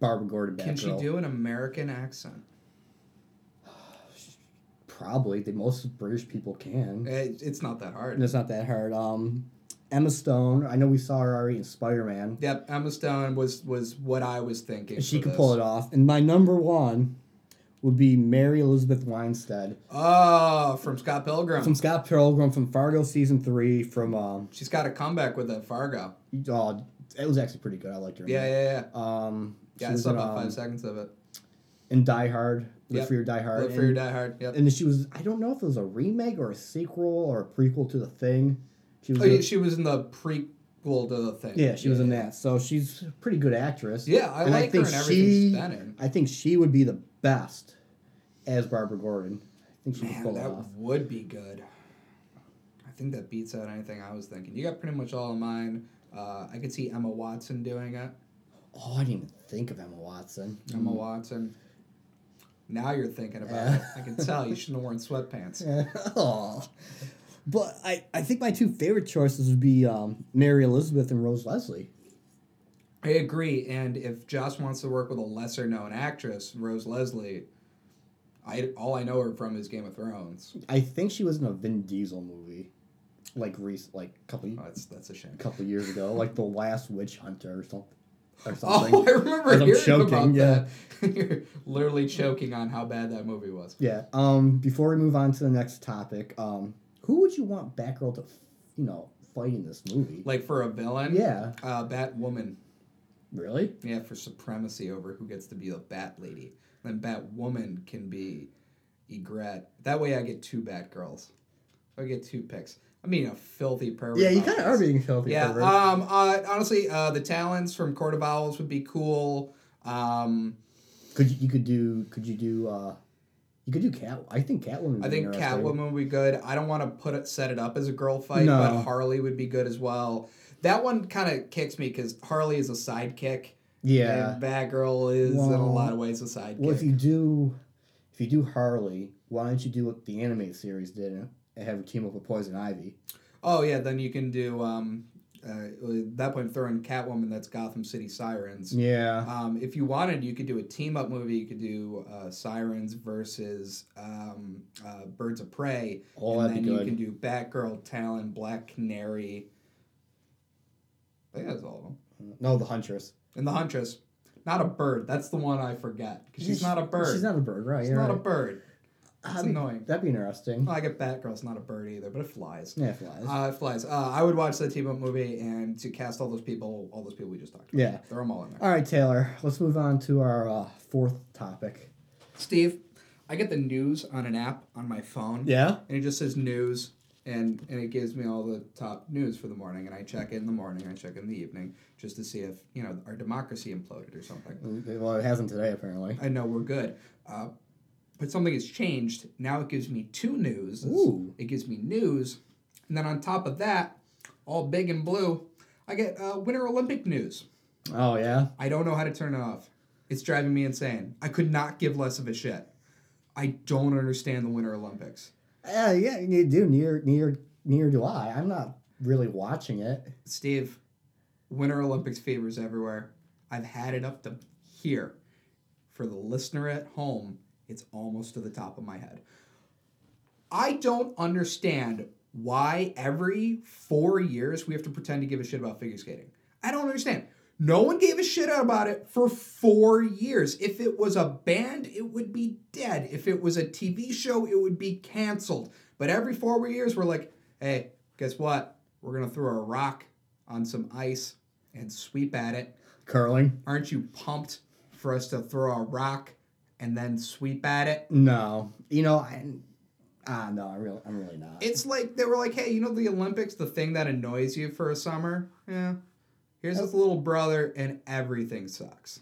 Speaker 1: Barbara Gordon.
Speaker 2: Can she
Speaker 1: Batgirl.
Speaker 2: do an American accent?
Speaker 1: Probably. The most British people can.
Speaker 2: It, it's not that hard.
Speaker 1: And it's not that hard. Um, Emma Stone. I know we saw her already in Spider Man.
Speaker 2: Yep, Emma Stone was was what I was thinking.
Speaker 1: She
Speaker 2: for
Speaker 1: could
Speaker 2: this.
Speaker 1: pull it off. And my number one would be Mary Elizabeth Winstead
Speaker 2: Oh, from Scott Pilgrim.
Speaker 1: from Scott Pilgrim from Fargo season three. From um,
Speaker 2: She's got a comeback with that Fargo.
Speaker 1: oh, it was actually pretty good. I liked her. in
Speaker 2: Yeah,
Speaker 1: it.
Speaker 2: yeah, yeah.
Speaker 1: Um, she
Speaker 2: Yeah, I
Speaker 1: was
Speaker 2: saw
Speaker 1: in,
Speaker 2: about
Speaker 1: um,
Speaker 2: five seconds of it.
Speaker 1: in Die Hard. Live
Speaker 2: Yep.
Speaker 1: for your Die Hard.
Speaker 2: Live
Speaker 1: and,
Speaker 2: for your die hard. Yep.
Speaker 1: and she was. I don't know if it was a remake or a sequel or a prequel to The Thing. She was.
Speaker 2: Oh,
Speaker 1: in-
Speaker 2: yeah, she was in the prequel to the thing.
Speaker 1: yeah, she was in that. So she's a pretty good actress.
Speaker 2: Yeah, I
Speaker 1: And I
Speaker 2: like
Speaker 1: think
Speaker 2: her and everything she's
Speaker 1: she-
Speaker 2: been in.
Speaker 1: I think she would be the best as Barbara Gordon. I think she could
Speaker 2: Man,
Speaker 1: pull it
Speaker 2: that
Speaker 1: off.
Speaker 2: would be good. I think that beats out anything I was thinking. You got pretty much all of mine. Uh, I could see Emma Watson doing it.
Speaker 1: Oh, I didn't even think of Emma Watson.
Speaker 2: Emma Watson. Now you're thinking about it. I can tell you shouldn't have worn sweatpants.
Speaker 1: [laughs] [laughs] Aw. But I, I think my two favorite choices would be um, Mary Elizabeth and Rose Leslie.
Speaker 2: I agree. And if Joss wants to work with a lesser known actress, Rose Leslie, I all I know her from is Game of Thrones.
Speaker 1: I think she was in a Vin Diesel movie, like recent, like a couple
Speaker 2: Oh, that's that's a shame.
Speaker 1: couple years ago, like the Last Witch Hunter or [laughs] something. Or something.
Speaker 2: [laughs] Oh, I remember
Speaker 1: As I'm
Speaker 2: hearing about
Speaker 1: choking, yeah.
Speaker 2: that. [laughs] You're literally choking on how bad that movie was.
Speaker 1: Yeah. Um. Before we move on to the next topic, um, who would you want Batgirl to, you know, fight in this movie?
Speaker 2: Like for a villain,
Speaker 1: yeah.
Speaker 2: uh, Batwoman,
Speaker 1: Really?
Speaker 2: yeah, for supremacy over who gets to be the Bat Lady. Then Batwoman can be Egret. That way, I get two Batgirls. I get two picks. I mean, a filthy pervert.
Speaker 1: Yeah, you
Speaker 2: about
Speaker 1: kind of are
Speaker 2: this.
Speaker 1: being filthy.
Speaker 2: Yeah.
Speaker 1: pervert.
Speaker 2: Um. Uh, honestly, uh, the talents from Court of Owls would be cool. Um.
Speaker 1: could you, you could do? Could you do? uh You could do Cat. I think Catwoman. would
Speaker 2: I
Speaker 1: be
Speaker 2: think
Speaker 1: interesting.
Speaker 2: Catwoman would be good. I don't want to put it, set it up as a girl fight,
Speaker 1: No.
Speaker 2: but Harley would be good as well. That one kind of kicks me because Harley is a sidekick.
Speaker 1: Yeah.
Speaker 2: And Batgirl is in a
Speaker 1: Well,
Speaker 2: lot of ways a sidekick.
Speaker 1: Well, if you do, if you do Harley, why don't you do what the animated series did and have a team up with Poison Ivy?
Speaker 2: oh yeah, then you can do um, uh, at that point throw in Catwoman. That's Gotham City Sirens.
Speaker 1: Yeah.
Speaker 2: Um, if you wanted, you could do a team up movie. You could do uh, Sirens versus um, uh, Birds of Prey.
Speaker 1: Oh,
Speaker 2: and
Speaker 1: that'd
Speaker 2: then
Speaker 1: be
Speaker 2: you
Speaker 1: good.
Speaker 2: can do Batgirl, Talon, Black Canary. I think that's all of them.
Speaker 1: no, the Huntress.
Speaker 2: And the Huntress. Not a bird. That's the one I forget. 'Cause she's not a bird.
Speaker 1: She's not a bird, right?
Speaker 2: She's
Speaker 1: you're
Speaker 2: not a
Speaker 1: right.
Speaker 2: bird.
Speaker 1: That'd
Speaker 2: It's
Speaker 1: be-
Speaker 2: annoying.
Speaker 1: That'd be interesting.
Speaker 2: Well, I get Batgirl's not a bird either, but it flies.
Speaker 1: Yeah, it flies.
Speaker 2: Uh, it flies. Uh, I would watch that team up movie and to cast all those people, all those people we just talked about.
Speaker 1: Yeah.
Speaker 2: Throw them all in there.
Speaker 1: All right, Taylor. Let's move on to our uh, fourth topic.
Speaker 2: Steve, I get the news on an app on my phone.
Speaker 1: Yeah.
Speaker 2: and it just says news and and it gives me all the top news for the morning and i check it in the morning i check it in the evening just to see if you know our democracy imploded or something
Speaker 1: Well, it hasn't today apparently.
Speaker 2: i know we're good uh, but something has changed now it gives me two news
Speaker 1: Ooh.
Speaker 2: it gives me news and then on top of that all big and blue i get uh, winter olympic news
Speaker 1: Oh yeah.
Speaker 2: i don't know how to turn it off it's driving me insane i could not give less of a shit i don't understand the winter olympics
Speaker 1: Yeah, Uh, yeah. You do near near near do I. I'm not really watching it.
Speaker 2: Steve, Winter Olympics fever's everywhere. I've had it up to here. For the listener at home, it's almost to the top of my head. I don't understand why every four years we have to pretend to give a shit about figure skating. I don't understand. No one gave a shit about it for four years. If it was a band, it would be dead. If it was a TV show, it would be canceled. But every four years, we're like, hey, guess what? We're going to throw a rock on some ice and sweep at it.
Speaker 1: Curling?
Speaker 2: Aren't you pumped for us to throw a rock and then sweep at it?
Speaker 1: No. You know, I ah no, I really I'm really not.
Speaker 2: It's like they were like, hey, you know the Olympics, the thing that annoys you for a summer? Yeah. Here's his little brother, and everything sucks.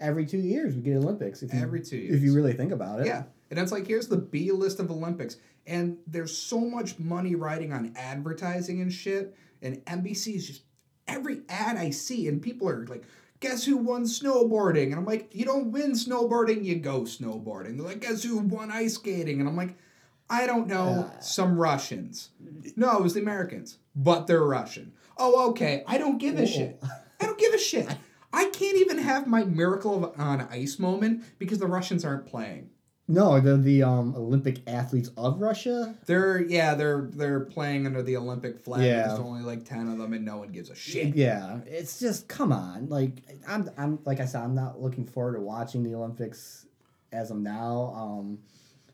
Speaker 1: Every two years we get Olympics. If you,
Speaker 2: Every two years.
Speaker 1: if you really think about it.
Speaker 2: Yeah. And it's like, here's the B list of Olympics. And there's so much money riding on advertising and shit. And NBC is just every ad I see, and people are like, guess who won snowboarding? And I'm like, you don't win snowboarding, you go snowboarding. They're like, guess who won ice skating? And I'm like, I don't know,
Speaker 1: Uh.
Speaker 2: some Russians. No, it was the Americans, but they're Russian. Oh, okay. I don't give a shit. I don't give a shit. I can't even have my miracle of- on ice moment because the Russians aren't playing.
Speaker 1: No, the the um Olympic athletes of Russia.
Speaker 2: They're yeah, they're they're playing under the Olympic flag.
Speaker 1: Yeah.
Speaker 2: There's only like ten of them, and no one gives a shit.
Speaker 1: Yeah. It's just come on. Like I'm I'm like I said, I'm not looking forward to watching the Olympics as of now. Um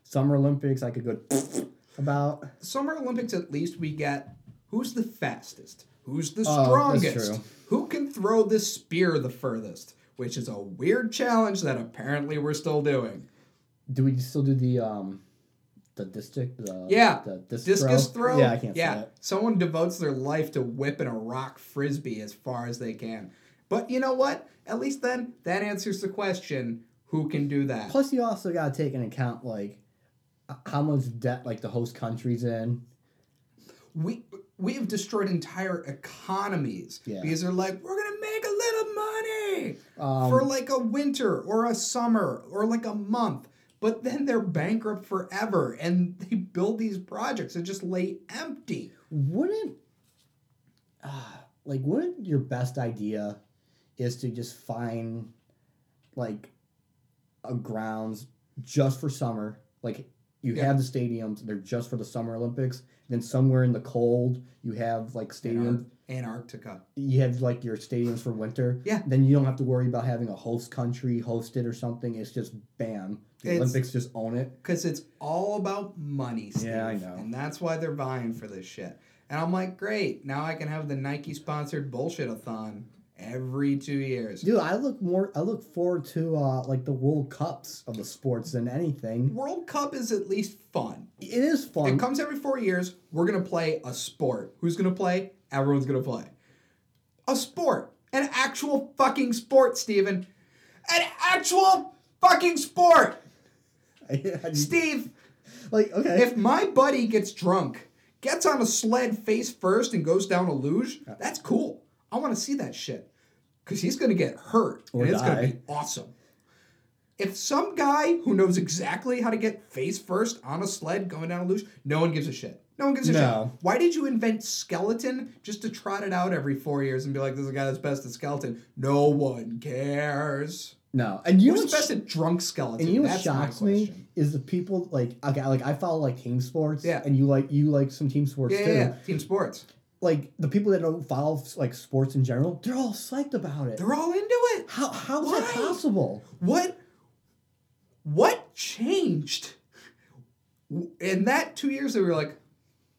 Speaker 1: Summer Olympics I could go [laughs] about.
Speaker 2: Summer Olympics, at least we get who's the fastest, who's the
Speaker 1: Oh, that's
Speaker 2: strongest,
Speaker 1: true.
Speaker 2: who can throw this spear the furthest, which is a weird challenge that apparently we're still doing.
Speaker 1: Do we still do the um the district the
Speaker 2: Yeah.
Speaker 1: the disc
Speaker 2: Discus throw.
Speaker 1: Yeah, I can't say it.
Speaker 2: Someone devotes their life to whipping a rock frisbee as far as they can. But you know what? At least then that answers the question: Who can do that?
Speaker 1: Plus, you also got to take into account like h- how much debt like the host country's in.
Speaker 2: we we have destroyed entire economies
Speaker 1: Yeah.
Speaker 2: because they're like we're gonna make a little money
Speaker 1: Um,
Speaker 2: for like a winter or a summer or like a month but then they're bankrupt forever and they build these projects that just lay empty
Speaker 1: wouldn't uh, like wouldn't your best idea is to just find like a grounds just for summer like you
Speaker 2: Yeah.
Speaker 1: have the stadiums they're just for the summer olympics then somewhere in the cold you have like stadiums
Speaker 2: antarctica
Speaker 1: you have like your stadiums for winter.
Speaker 2: Yeah.
Speaker 1: Then you don't have to worry about having a host country host it or something. It's just bam. The
Speaker 2: It's-
Speaker 1: Olympics just own it.
Speaker 2: because it's all about money Steve.
Speaker 1: Yeah, I know.
Speaker 2: and that's why they're vying for this shit and i'm like great now i can have the nike sponsored bullshit-a-thon every two years
Speaker 1: Dude, I look more I look forward to uh like the World Cups of the sports than anything.
Speaker 2: world cup is at least fun
Speaker 1: It is fun.
Speaker 2: It comes every four years. We're gonna play a sport. Who's gonna play? Everyone's gonna play. A sport. An actual fucking sport, Steven. An actual fucking sport. Steve,
Speaker 1: [laughs] like okay.
Speaker 2: if my buddy gets drunk gets on a sled face first and goes down a luge, that's cool. I want to see that shit. Because he's going to get hurt.
Speaker 1: Or
Speaker 2: and it's going
Speaker 1: die.
Speaker 2: to be awesome. If some guy who knows exactly how to get face first on a sled going down a luge, no one gives a shit. No one gives a
Speaker 1: No.
Speaker 2: shit. Why did you invent skeleton just to trot it out every four years and be like, this is the guy that's best at skeleton? No one cares.
Speaker 1: No, and you know
Speaker 2: Who's
Speaker 1: what's-
Speaker 2: the best at drunk skeleton?
Speaker 1: And you know what
Speaker 2: That's my
Speaker 1: shocks me
Speaker 2: question.
Speaker 1: is the people like okay, like I follow like team sports.
Speaker 2: Yeah.
Speaker 1: And you like you like some team sports
Speaker 2: Yeah,
Speaker 1: too.
Speaker 2: yeah, yeah. Team sports.
Speaker 1: Like the people that don't follow like sports in general, they're all psyched about it.
Speaker 2: They're all into it.
Speaker 1: How how is that
Speaker 2: Why?
Speaker 1: possible?
Speaker 2: What what changed? W- In that two years that we were like,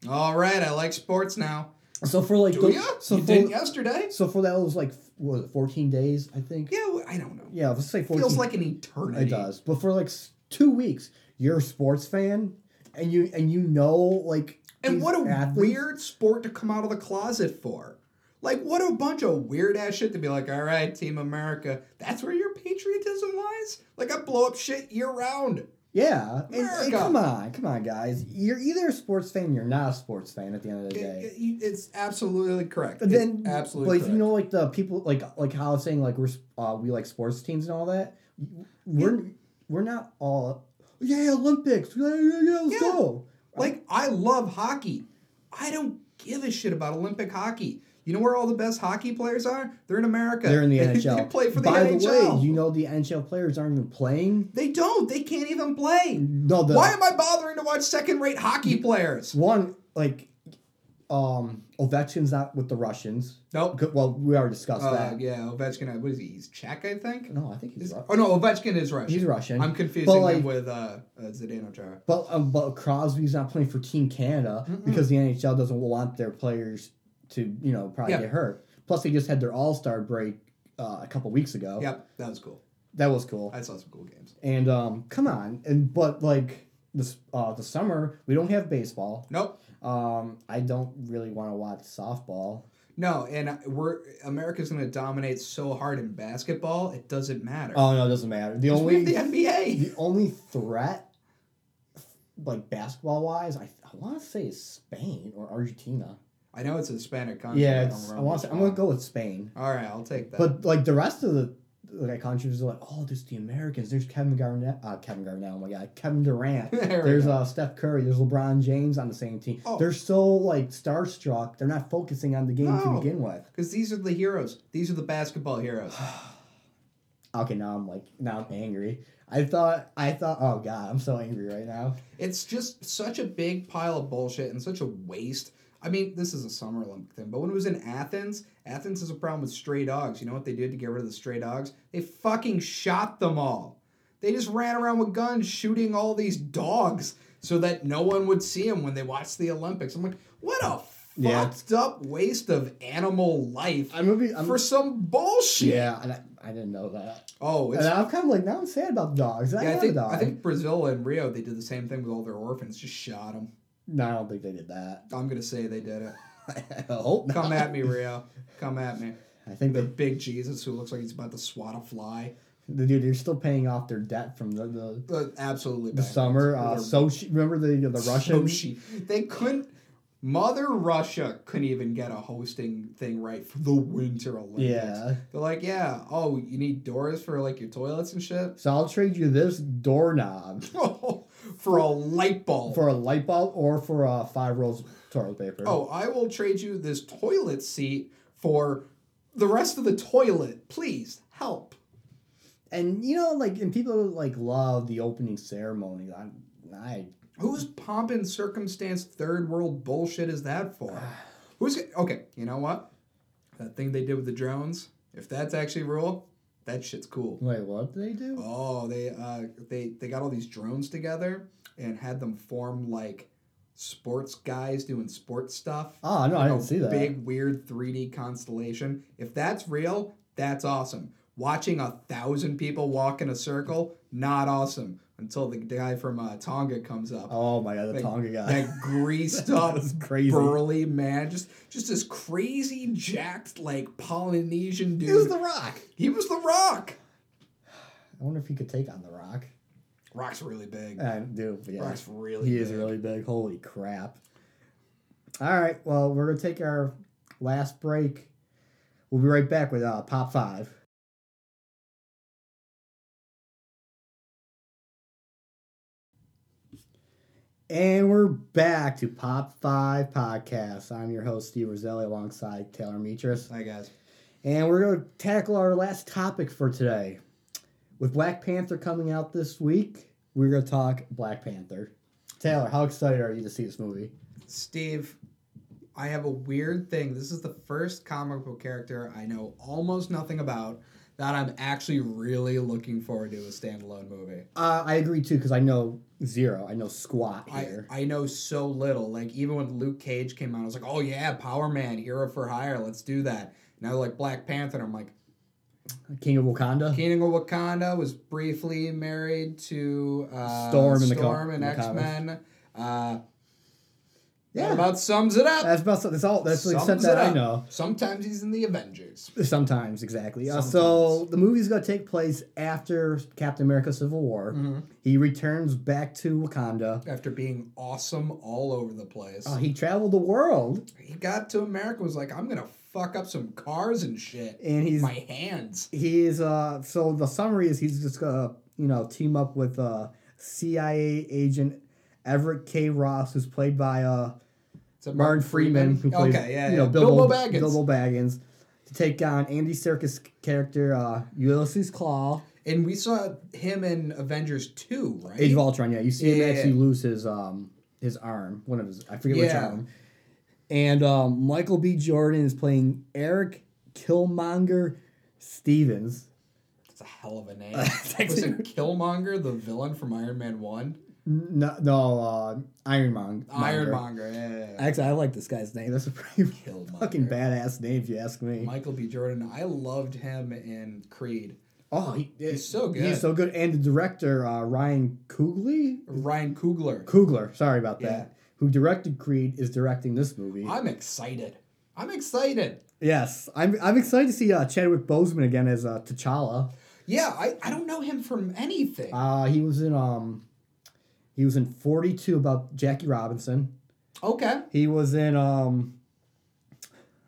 Speaker 2: all right, I like sports now.
Speaker 1: So for like
Speaker 2: Do
Speaker 1: those-
Speaker 2: ya?
Speaker 1: so
Speaker 2: you
Speaker 1: for
Speaker 2: did yesterday?
Speaker 1: so for that was like what was it fourteen days I think.
Speaker 2: Yeah, w- I don't know.
Speaker 1: Yeah, let's say fourteen.
Speaker 2: Feels like an eternity.
Speaker 1: it does, but for like s- two weeks, you're a sports fan, and you and you know like
Speaker 2: And
Speaker 1: these
Speaker 2: what a
Speaker 1: athletes.
Speaker 2: weird sport to come out of the closet for. Like, what a bunch of weird ass shit to be like, all right, Team America, that's where your patriotism lies? Like, I blow up shit year round.
Speaker 1: Yeah, and- and,
Speaker 2: America.
Speaker 1: come on, come on, guys. You're either a sports fan, you're not a sports fan. At the end of the
Speaker 2: It-
Speaker 1: day,
Speaker 2: it- it's absolutely correct.
Speaker 1: But then,
Speaker 2: it's absolutely
Speaker 1: But
Speaker 2: correct.
Speaker 1: if you know, like the people, like like how I was saying, like we're sp- uh, we like sports teams and all that. We're we're not all yeah Olympics. Yeah, yeah, yeah let's
Speaker 2: Yeah.
Speaker 1: go.
Speaker 2: Like, I love hockey. I don't give a shit about Olympic hockey. You know where all the best hockey players are? They're in
Speaker 1: [laughs]
Speaker 2: America.
Speaker 1: They're in the
Speaker 2: [laughs] They-
Speaker 1: NHL.
Speaker 2: They play for the
Speaker 1: By
Speaker 2: NHL.
Speaker 1: the way, you know the NHL players aren't even playing.
Speaker 2: they don't. They can't even play.
Speaker 1: No, the
Speaker 2: Why am I bothering to watch second-rate hockey players?
Speaker 1: one like um Ovechkin's not with the Russians.
Speaker 2: Nope.
Speaker 1: Good- Well, we already discussed
Speaker 2: Uh,
Speaker 1: that.
Speaker 2: yeah, Ovechkin. What is he? He's Czech, I think.
Speaker 1: No, I think he's
Speaker 2: Is-
Speaker 1: Russian.
Speaker 2: oh no, Ovechkin is Russian.
Speaker 1: He's Russian.
Speaker 2: I'm confusing
Speaker 1: like-
Speaker 2: him with uh, uh, Zdeno Chara.
Speaker 1: But um, but Crosby's not playing for Team Canada
Speaker 2: Mm-mm.
Speaker 1: because the NHL doesn't want their players to you know probably
Speaker 2: Yeah.
Speaker 1: get hurt. Plus, they just had their All Star break uh, a couple weeks ago.
Speaker 2: Yep, that was cool.
Speaker 1: that was cool.
Speaker 2: I saw some cool games.
Speaker 1: And um, come on, and but like this uh, the summer we don't have baseball.
Speaker 2: Nope.
Speaker 1: Um, I don't really want to watch softball.
Speaker 2: No, and we're America's going to dominate so hard in basketball, it doesn't matter.
Speaker 1: Oh no, it doesn't matter. The
Speaker 2: Because we
Speaker 1: only
Speaker 2: have the NBA.
Speaker 1: the only threat, like basketball wise, I, I want to say is Spain or Argentina.
Speaker 2: I know it's a Hispanic country.
Speaker 1: Yeah,
Speaker 2: I
Speaker 1: it's,
Speaker 2: don't
Speaker 1: I want to. I'm
Speaker 2: remember
Speaker 1: gonna
Speaker 2: which
Speaker 1: go with Spain.
Speaker 2: one. All right, I'll take that.
Speaker 1: But like the rest of the like countries are like, oh, there's the Americans. There's Kevin Garnett. Uh, Kevin Garnett. Oh my God, Kevin Durant.
Speaker 2: [laughs] [laughs] There we
Speaker 1: there's
Speaker 2: go.
Speaker 1: uh, Steph Curry. There's LeBron James on the same team.
Speaker 2: Oh.
Speaker 1: They're so like starstruck. They're not focusing on the game to
Speaker 2: No.
Speaker 1: begin with.
Speaker 2: because these are the heroes. These are the basketball heroes.
Speaker 1: Okay, now I'm like now I'm angry. I thought I thought oh god I'm so angry right now.
Speaker 2: It's just such a big pile of bullshit and such a waste. I mean, this is a summer Olympic thing, but when it was in Athens, Athens is a problem with stray dogs. You know what they did to get rid of the stray dogs? They fucking shot them all. They just ran around with guns shooting all these dogs so that no one would see them when they watched the Olympics. I'm like, what a
Speaker 1: Yeah.
Speaker 2: fucked up waste of animal life
Speaker 1: I'm gonna be I'm,
Speaker 2: for some bullshit.
Speaker 1: yeah. And I, I didn't know that.
Speaker 2: Oh, it's
Speaker 1: And I'm kind of like now I'm sad about dogs. I,
Speaker 2: yeah, I
Speaker 1: have a
Speaker 2: think
Speaker 1: dog.
Speaker 2: I think Brazil and Rio they did the same thing with all their orphans, just shot them.
Speaker 1: no, I don't think they did
Speaker 2: [laughs]
Speaker 1: that.
Speaker 2: I'm gonna say they did it.
Speaker 1: I hope not.
Speaker 2: [laughs]
Speaker 1: [laughs]
Speaker 2: Come at me, Rio. Come at me.
Speaker 1: I think
Speaker 2: The
Speaker 1: they
Speaker 2: big Jesus who looks like he's about to swat a fly.
Speaker 1: The dude, they're still paying off their debt from the the,
Speaker 2: Uh, absolutely.
Speaker 1: the
Speaker 2: backwards.
Speaker 1: summer. Uh,
Speaker 2: They're
Speaker 1: Sochi, remember the the Russian?
Speaker 2: Sochi. They couldn't. Mother Russia couldn't even get a hosting thing right for the Winter Olympics.
Speaker 1: Yeah.
Speaker 2: They're like, yeah. Oh, you need doors for like your toilets and shit. [laughs] Oh,
Speaker 1: So I'll trade you this doorknob
Speaker 2: for a light bulb.
Speaker 1: for a light bulb or for uh, five rolls of toilet paper.
Speaker 2: Oh, I will trade you this toilet seat for the rest of the toilet. Please help.
Speaker 1: and you know, like, and people like love the opening ceremony. I, I
Speaker 2: Whose pomp and circumstance third world bullshit is
Speaker 1: [sighs]
Speaker 2: that for? Who's okay? You know what? That thing they did with the drones. If that's actually real, that shit's cool.
Speaker 1: wait, what did they do?
Speaker 2: Oh, they uh, they they got all these drones together and had them form like sports guys doing sports stuff.
Speaker 1: Oh no, I
Speaker 2: a
Speaker 1: didn't see that.
Speaker 2: Big weird 3D constellation. If that's real, that's awesome. Watching a thousand people walk in a circle, not awesome. Until the guy from uh, Tonga comes up.
Speaker 1: oh my god, the
Speaker 2: Like,
Speaker 1: Tonga [laughs] guy.
Speaker 2: That greased up,
Speaker 1: was crazy.
Speaker 2: burly man, just just this crazy jacked like Polynesian dude.
Speaker 1: It was the Rock.
Speaker 2: he was the Rock.
Speaker 1: I wonder if he could take on the Rock.
Speaker 2: Rock's really big.
Speaker 1: I do, but Uh, yeah.
Speaker 2: Rock's really.
Speaker 1: He is
Speaker 2: big.
Speaker 1: really big. Holy crap! All right. Well, we're going to take our last break. We'll be right back with uh, Pop 5. And we're back to Pop 5 Podcast. I'm your host, Steve Roselli, alongside Taylor Metris.
Speaker 2: Hi guys.
Speaker 1: And we're going to tackle our last topic for today. With Black Panther coming out this week, we're going to talk Black Panther. Taylor, how excited are you to see this movie?
Speaker 2: Steve, I have a weird thing. This is the first comic book character I know almost nothing about that I'm actually really looking forward to a standalone movie.
Speaker 1: Uh, I agree too, because I know zero. I know squat
Speaker 2: I,
Speaker 1: here.
Speaker 2: I know so little. Like even when Luke Cage came out, I was like, "Oh yeah, Power Man, hero for hire, let's do that." Now like Black Panther, I'm like,
Speaker 1: King of
Speaker 2: [laughs]
Speaker 1: Wakanda?
Speaker 2: Keenan of Wakanda was briefly married to uh,
Speaker 1: Storm in the co-
Speaker 2: Storm
Speaker 1: in
Speaker 2: and
Speaker 1: the
Speaker 2: X Men. Uh, yeah,
Speaker 1: Yeah.
Speaker 2: about sums it up.
Speaker 1: That's about that's all. That's the extent
Speaker 2: Sums
Speaker 1: that
Speaker 2: it
Speaker 1: I
Speaker 2: up.
Speaker 1: know.
Speaker 2: Sometimes he's in the Avengers.
Speaker 1: Sometimes, exactly. Uh, so
Speaker 2: Sometimes.
Speaker 1: the movie's gonna take place after Captain America: Civil War.
Speaker 2: Mm-hmm.
Speaker 1: He returns back to Wakanda.
Speaker 2: After being awesome all over the place,
Speaker 1: Uh, he traveled the world,
Speaker 2: he got to America. and Was like, I'm gonna fuck up some cars and shit.
Speaker 1: and
Speaker 2: with
Speaker 1: he's
Speaker 2: my hands.
Speaker 1: he is. Uh, so the summary is he's just gonna you know team up with uh, CIA agent Everett K. Ross, who's played by uh,
Speaker 2: It's a
Speaker 1: Martin Freeman, who plays
Speaker 2: okay, yeah,
Speaker 1: you know
Speaker 2: yeah.
Speaker 1: Bilbo,
Speaker 2: Bilbo Baggins.
Speaker 1: Bilbo Baggins, to take on Andy Serkis' character uh, Ulysses Claw.
Speaker 2: And we saw him in Avengers two, right?
Speaker 1: Age of Ultron, yeah. You see him
Speaker 2: Yeah, yeah,
Speaker 1: actually
Speaker 2: yeah.
Speaker 1: lose his um his arm, one of his I forget which
Speaker 2: Yeah.
Speaker 1: arm. And um, Michael B. Jordan is playing Eric Killmonger Stevens.
Speaker 2: It's a hell of
Speaker 1: [laughs]
Speaker 2: a name.
Speaker 1: It's
Speaker 2: Was
Speaker 1: actually-
Speaker 2: it Killmonger, the villain from Iron Man 1?
Speaker 1: N- No, no uh, Ironmonger.
Speaker 2: Ironmonger, yeah, yeah, yeah.
Speaker 1: Actually, I like this guy's name. That's a [laughs] pretty
Speaker 2: Killmonger.
Speaker 1: fucking badass name, if you ask me.
Speaker 2: Michael B. Jordan. I loved him in Creed.
Speaker 1: oh, he,
Speaker 2: He's so good.
Speaker 1: he's so good. And the director uh, Ryan Coogler,
Speaker 2: Ryan Coogler.
Speaker 1: Coogler, sorry about that.
Speaker 2: Yeah.
Speaker 1: Who directed Creed is directing this movie.
Speaker 2: I'm excited. I'm excited.
Speaker 1: yes, I'm. I'm excited to see uh, Chadwick Boseman again as uh, T'Challa.
Speaker 2: Yeah, I, I don't know him from anything.
Speaker 1: Uh, he was in um, he was in Forty Two about Jackie Robinson.
Speaker 2: okay.
Speaker 1: He was in um,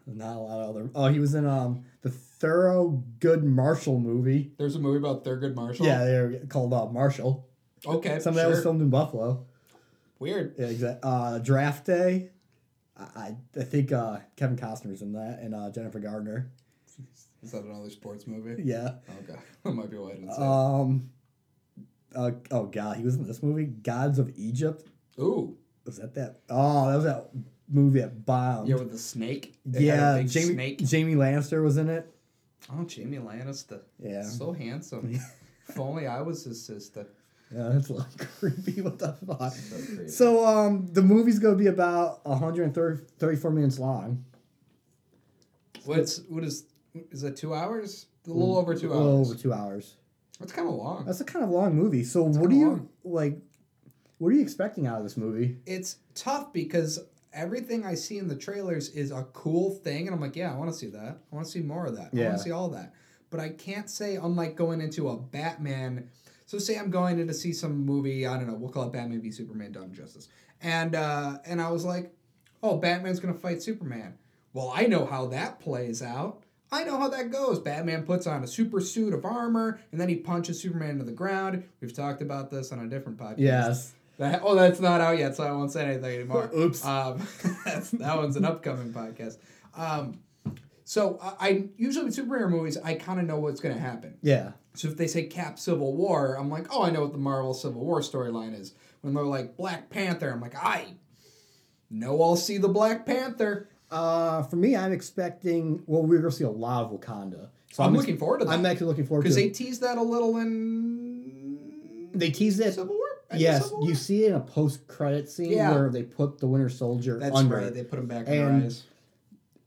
Speaker 1: not a lot of other. Oh, he was in um the Thorough Good Marshall movie.
Speaker 2: There's a movie about Thurgood Marshall.
Speaker 1: Yeah, they're called uh, Marshall.
Speaker 2: Okay.
Speaker 1: Some of
Speaker 2: sure.
Speaker 1: that was filmed in Buffalo.
Speaker 2: Weird.
Speaker 1: Yeah, exactly. Uh, Draft Day. I I- I think uh, Kevin Costner's in that and uh, Jennifer Gardner.
Speaker 2: Is that another sports movie?
Speaker 1: Yeah.
Speaker 2: Okay. [laughs] That might be what it is.
Speaker 1: Um. Uh, oh God, he was in this movie, Gods of Egypt.
Speaker 2: Ooh.
Speaker 1: Was that that? Oh, that was that movie at Bound.
Speaker 2: Yeah, with the snake. They had a
Speaker 1: um, Yeah,
Speaker 2: big
Speaker 1: Jamie
Speaker 2: snake.
Speaker 1: Jamie Lannister was in it.
Speaker 2: Oh, Jamie Lannister.
Speaker 1: Yeah.
Speaker 2: So handsome. if only I was his
Speaker 1: [laughs]
Speaker 2: sister.
Speaker 1: Yeah, that's a little [laughs] creepy. What the fuck?
Speaker 2: So creepy.
Speaker 1: So um, the movie's gonna be about 134 minutes long.
Speaker 2: What's what is is that two hours? A little over two
Speaker 1: Mm, A little
Speaker 2: hours.
Speaker 1: over two hours.
Speaker 2: That's kind of long.
Speaker 1: That's a kind of long movie. So what do
Speaker 2: kinda
Speaker 1: you
Speaker 2: long.
Speaker 1: like? What are you expecting out of this movie?
Speaker 2: It's tough because everything I see in the trailers is a cool thing, and I'm like, yeah, I want to see that. I want to see more of that. I
Speaker 1: Yeah.
Speaker 2: want to see all that. But I can't say, unlike going into a Batman. So say I'm going in to see some movie. I don't know. We'll call it Batman v Superman: Dawn of Justice. And uh, and I was like, oh, Batman's gonna fight Superman. Well, I know how that plays out. I know how that goes. Batman puts on a super suit of armor, and then he punches Superman into the ground. We've talked about this on a different podcast.
Speaker 1: Yes.
Speaker 2: That, oh, that's not out yet, so I won't say anything anymore.
Speaker 1: [laughs] Oops.
Speaker 2: Um, [laughs] that's, that one's an upcoming podcast. Um, so I, I usually with superhero movies, I kind of know what's going to happen.
Speaker 1: Yeah.
Speaker 2: So if they say Cap Civil War, I'm like, oh, I know what the Marvel Civil War storyline is. When they're like Black Panther, I'm like, I know I'll see the Black Panther.
Speaker 1: Uh, for me, I'm expecting. Well, we're gonna see a lot of Wakanda. So
Speaker 2: I'm,
Speaker 1: ex-
Speaker 2: looking forward to
Speaker 1: I'm
Speaker 2: that
Speaker 1: actually looking forward to.
Speaker 2: because they
Speaker 1: it.
Speaker 2: teased that a little in
Speaker 1: They tease that.
Speaker 2: Civil War. I think
Speaker 1: Yes,
Speaker 2: Civil War?
Speaker 1: you see it in a post-credit scene
Speaker 2: Yeah.
Speaker 1: where they put the Winter Soldier
Speaker 2: That's
Speaker 1: under.
Speaker 2: right. They put him back in their
Speaker 1: And-
Speaker 2: eyes.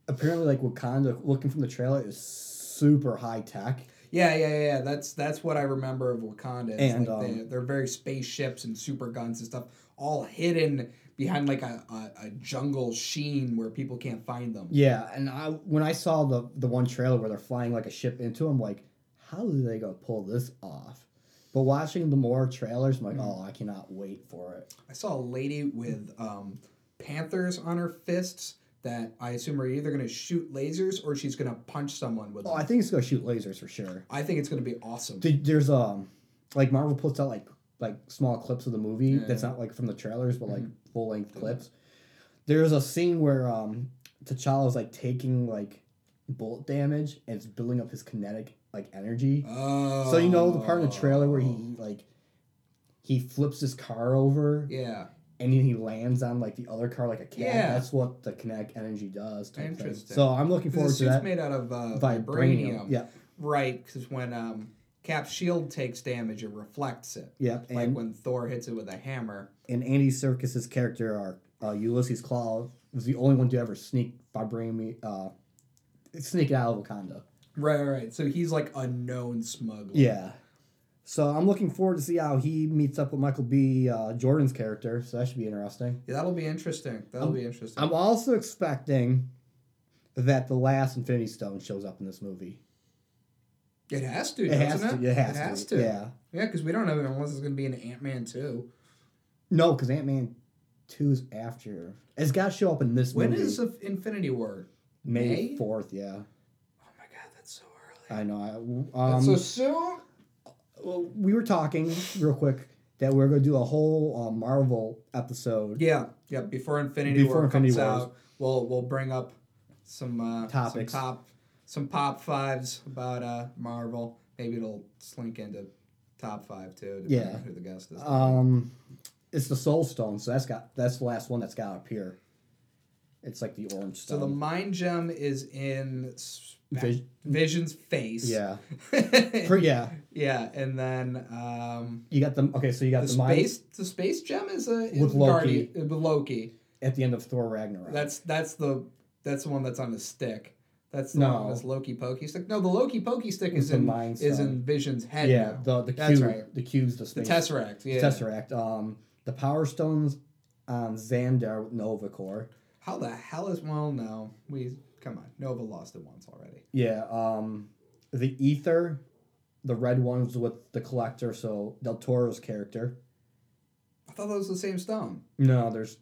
Speaker 1: apparently like Wakanda looking from the trailer is super high tech.
Speaker 2: Yeah, yeah, yeah, yeah. That's that's what I remember of Wakanda. It's
Speaker 1: And,
Speaker 2: like they,
Speaker 1: um,
Speaker 2: they're very spaceships and super guns and stuff, all hidden behind like a, a, a jungle sheen where people can't find them.
Speaker 1: Yeah, and I when I saw the the one trailer where they're flying like a ship into him, like how are they gonna pull this off? But watching the more trailers, I'm like, oh, I cannot wait for it.
Speaker 2: I saw a lady with um, panthers on her fists that I assume are either going to shoot lasers or she's going to punch someone with
Speaker 1: Oh,
Speaker 2: them.
Speaker 1: I think it's gonna shoot lasers for sure.
Speaker 2: I think it's going to be awesome.
Speaker 1: Th- There's um, like Marvel puts out like like small clips of the movie
Speaker 2: Yeah.
Speaker 1: that's not like from the trailers, but like full length clips. There's a scene where um, T'Challa's like taking like bullet damage and it's building up his kinetic like energy.
Speaker 2: Oh.
Speaker 1: So you know the part in the trailer where he like he flips his car over
Speaker 2: Yeah.
Speaker 1: and then he lands on like the other car like a cat.
Speaker 2: Yeah.
Speaker 1: That's what the kinetic energy does. type thing.
Speaker 2: Interesting.
Speaker 1: So I'm looking
Speaker 2: 'Cause The
Speaker 1: forward to
Speaker 2: suit's
Speaker 1: that.
Speaker 2: made out of uh,
Speaker 1: Vibranium.
Speaker 2: vibranium.
Speaker 1: Yeah,
Speaker 2: Right, because when um, Cap's shield takes damage, it reflects it.
Speaker 1: yeah.
Speaker 2: Like
Speaker 1: And
Speaker 2: when Thor hits it with a hammer.
Speaker 1: and Andy Serkis's character, our uh, Ulysses Claw, was the only one to ever sneak vibranium, uh, sneak out of Wakanda.
Speaker 2: Right, right, right. So he's like a known smuggler.
Speaker 1: Yeah. So I'm looking forward to see how he meets up with Michael B. Uh, Jordan's character. So that should be interesting.
Speaker 2: Yeah, that'll be interesting.
Speaker 1: Um,
Speaker 2: That'll be interesting.
Speaker 1: I'm also expecting that the last Infinity Stone shows up in this movie.
Speaker 2: it has to,
Speaker 1: It
Speaker 2: doesn't
Speaker 1: has
Speaker 2: it?
Speaker 1: to. It has, to. Yeah.
Speaker 2: Yeah, because we don't know unless it's going to be an Ant Man 2.
Speaker 1: No, because Ant Man two's after. It's got to show up in this
Speaker 2: When
Speaker 1: movie.
Speaker 2: is of Infinity War?
Speaker 1: May
Speaker 2: May?
Speaker 1: fourth? Yeah.
Speaker 2: Oh my god, that's so early.
Speaker 1: I know. I, um,
Speaker 2: that's so soon?
Speaker 1: well, we were talking real quick that we are going to do a whole uh, Marvel episode
Speaker 2: Yeah, yeah. Before Infinity
Speaker 1: Before
Speaker 2: War
Speaker 1: Infinity
Speaker 2: comes
Speaker 1: Wars.
Speaker 2: out, we'll we'll bring up some uh,
Speaker 1: Topics.
Speaker 2: some top, some pop fives about uh, Marvel. Maybe it'll slink into top five too. Depending
Speaker 1: Yeah.
Speaker 2: on who the guest is.
Speaker 1: Um, it's the Soul Stone, so that's got that's the last one that's got to appear. It's like the orange
Speaker 2: so
Speaker 1: stone.
Speaker 2: the mind gem is in Sp-
Speaker 1: Um, Vis-
Speaker 2: Vision's face.
Speaker 1: yeah, Per- yeah.
Speaker 2: [laughs] yeah, and then um,
Speaker 1: You got the okay. So you got
Speaker 2: the
Speaker 1: the, mind
Speaker 2: space the space gem is a is
Speaker 1: With
Speaker 2: Guardi- uh, with Loki.
Speaker 1: at the end of Thor Ragnarok.
Speaker 2: That's that's the that's the one that's on the stick. That's the
Speaker 1: No.
Speaker 2: one that's Loki Pokey stick. No, the Loki Pokey stick
Speaker 1: It's
Speaker 2: is
Speaker 1: the
Speaker 2: in
Speaker 1: Mind
Speaker 2: is
Speaker 1: Stone.
Speaker 2: in Vision's head.
Speaker 1: yeah. The
Speaker 2: now.
Speaker 1: the cube.
Speaker 2: That's right.
Speaker 1: The cube's the
Speaker 2: The
Speaker 1: space.
Speaker 2: Tesseract. Yeah.
Speaker 1: Tesseract. Um, the Power Stones on Xandar with Nova Corps.
Speaker 2: How the hell is well? No, we come on. Nova lost it once already.
Speaker 1: Yeah. Um, the Ether, the red ones with the Collector. So Del Toro's character.
Speaker 2: I thought that was the same stone.
Speaker 1: No, there's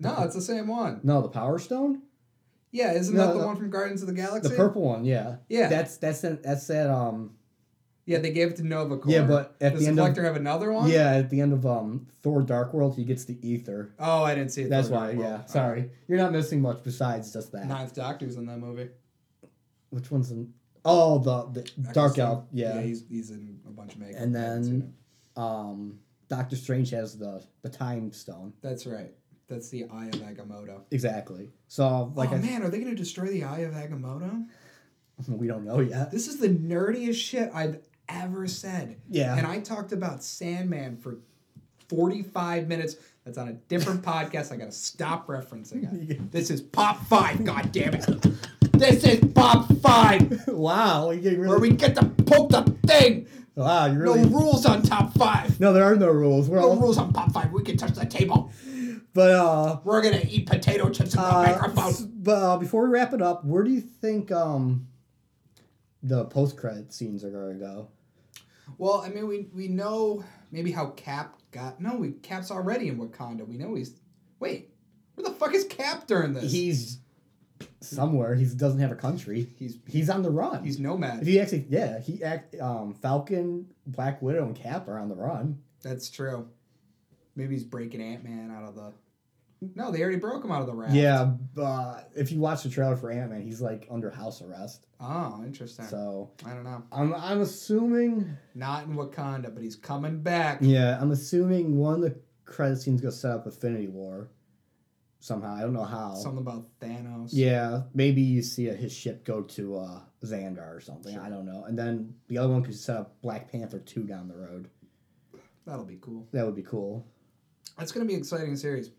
Speaker 2: No, it's the same one.
Speaker 1: no the Power Stone.
Speaker 2: Yeah, isn't
Speaker 1: No,
Speaker 2: that the
Speaker 1: no.
Speaker 2: one from Guardians of the Galaxy?
Speaker 1: The purple one. Yeah.
Speaker 2: Yeah,
Speaker 1: That's that's that, that's that um
Speaker 2: yeah. They gave it to Nova Corps.
Speaker 1: Yeah, but at
Speaker 2: does
Speaker 1: the
Speaker 2: the
Speaker 1: end of-
Speaker 2: collector have another one?
Speaker 1: yeah at the end of um Thor Dark World he gets the ether.
Speaker 2: Oh, I didn't see it.
Speaker 1: That's
Speaker 2: Thor
Speaker 1: why
Speaker 2: Dark World.
Speaker 1: yeah.
Speaker 2: All
Speaker 1: Sorry, you're not missing much besides just that.
Speaker 2: right. Ninth Doctor's in that movie.
Speaker 1: Which one's in? Oh, the, the Dark
Speaker 2: Eccleston.
Speaker 1: Elf. Yeah.
Speaker 2: he's, he's in a bunch of makeup.
Speaker 1: And
Speaker 2: I haven't seen
Speaker 1: then-
Speaker 2: it.
Speaker 1: Um, Doctor Strange has the the time stone.
Speaker 2: That's right. That's the Eye of Agamotto.
Speaker 1: Exactly. So like
Speaker 2: oh
Speaker 1: I,
Speaker 2: man, are they gonna destroy the Eye of Agamotto?
Speaker 1: [laughs] we don't know yet. [laughs]
Speaker 2: This is the nerdiest shit I've ever said.
Speaker 1: Yeah.
Speaker 2: And I talked about Sandman for forty-five minutes. That's on
Speaker 1: [laughs]
Speaker 2: a different podcast. I gotta stop referencing it. This is Pop Five. God damn it! This is Pop Five,
Speaker 1: wow, you getting
Speaker 2: where
Speaker 1: really?
Speaker 2: we get to poke the thing.
Speaker 1: [laughs] wow, you
Speaker 2: No
Speaker 1: really? No,
Speaker 2: rules on Top Five.
Speaker 1: there are no rules. We're
Speaker 2: No
Speaker 1: all,
Speaker 2: rules on Pop Five. We can touch the table.
Speaker 1: but uh,
Speaker 2: We're gonna eat potato chips in the
Speaker 1: uh, s-
Speaker 2: microphone.
Speaker 1: but uh, before we wrap it up, where do you think um the post credit scenes are gonna go?
Speaker 2: Well, I mean, we we know maybe how Cap got. No, we Cap's already in Wakanda. We know he's. Wait, where the fuck is Cap during this?
Speaker 1: He's somewhere. He doesn't have a country.
Speaker 2: he's
Speaker 1: He's on the run.
Speaker 2: he's nomad.
Speaker 1: he actually, yeah, he act. Um, Falcon, Black Widow, and Cap are on the run.
Speaker 2: That's true. Maybe he's breaking Ant Man out of the. No, they already broke him out of the raft.
Speaker 1: Yeah, but if you watch the trailer for Ant Man, he's like under house arrest.
Speaker 2: Oh, interesting.
Speaker 1: So
Speaker 2: I don't know.
Speaker 1: I'm I'm assuming.
Speaker 2: Not in Wakanda, but he's coming back.
Speaker 1: Yeah, I'm assuming one of the credit scenes gonna set up Affinity War. Somehow, I don't know how.
Speaker 2: Something about Thanos.
Speaker 1: Yeah, maybe you see a, his ship go to uh, Xandar or something. I don't know. And then the other one could set up Black Panther 2 down the road.
Speaker 2: That'll be cool.
Speaker 1: That would be cool.
Speaker 2: That's gonna be an exciting series.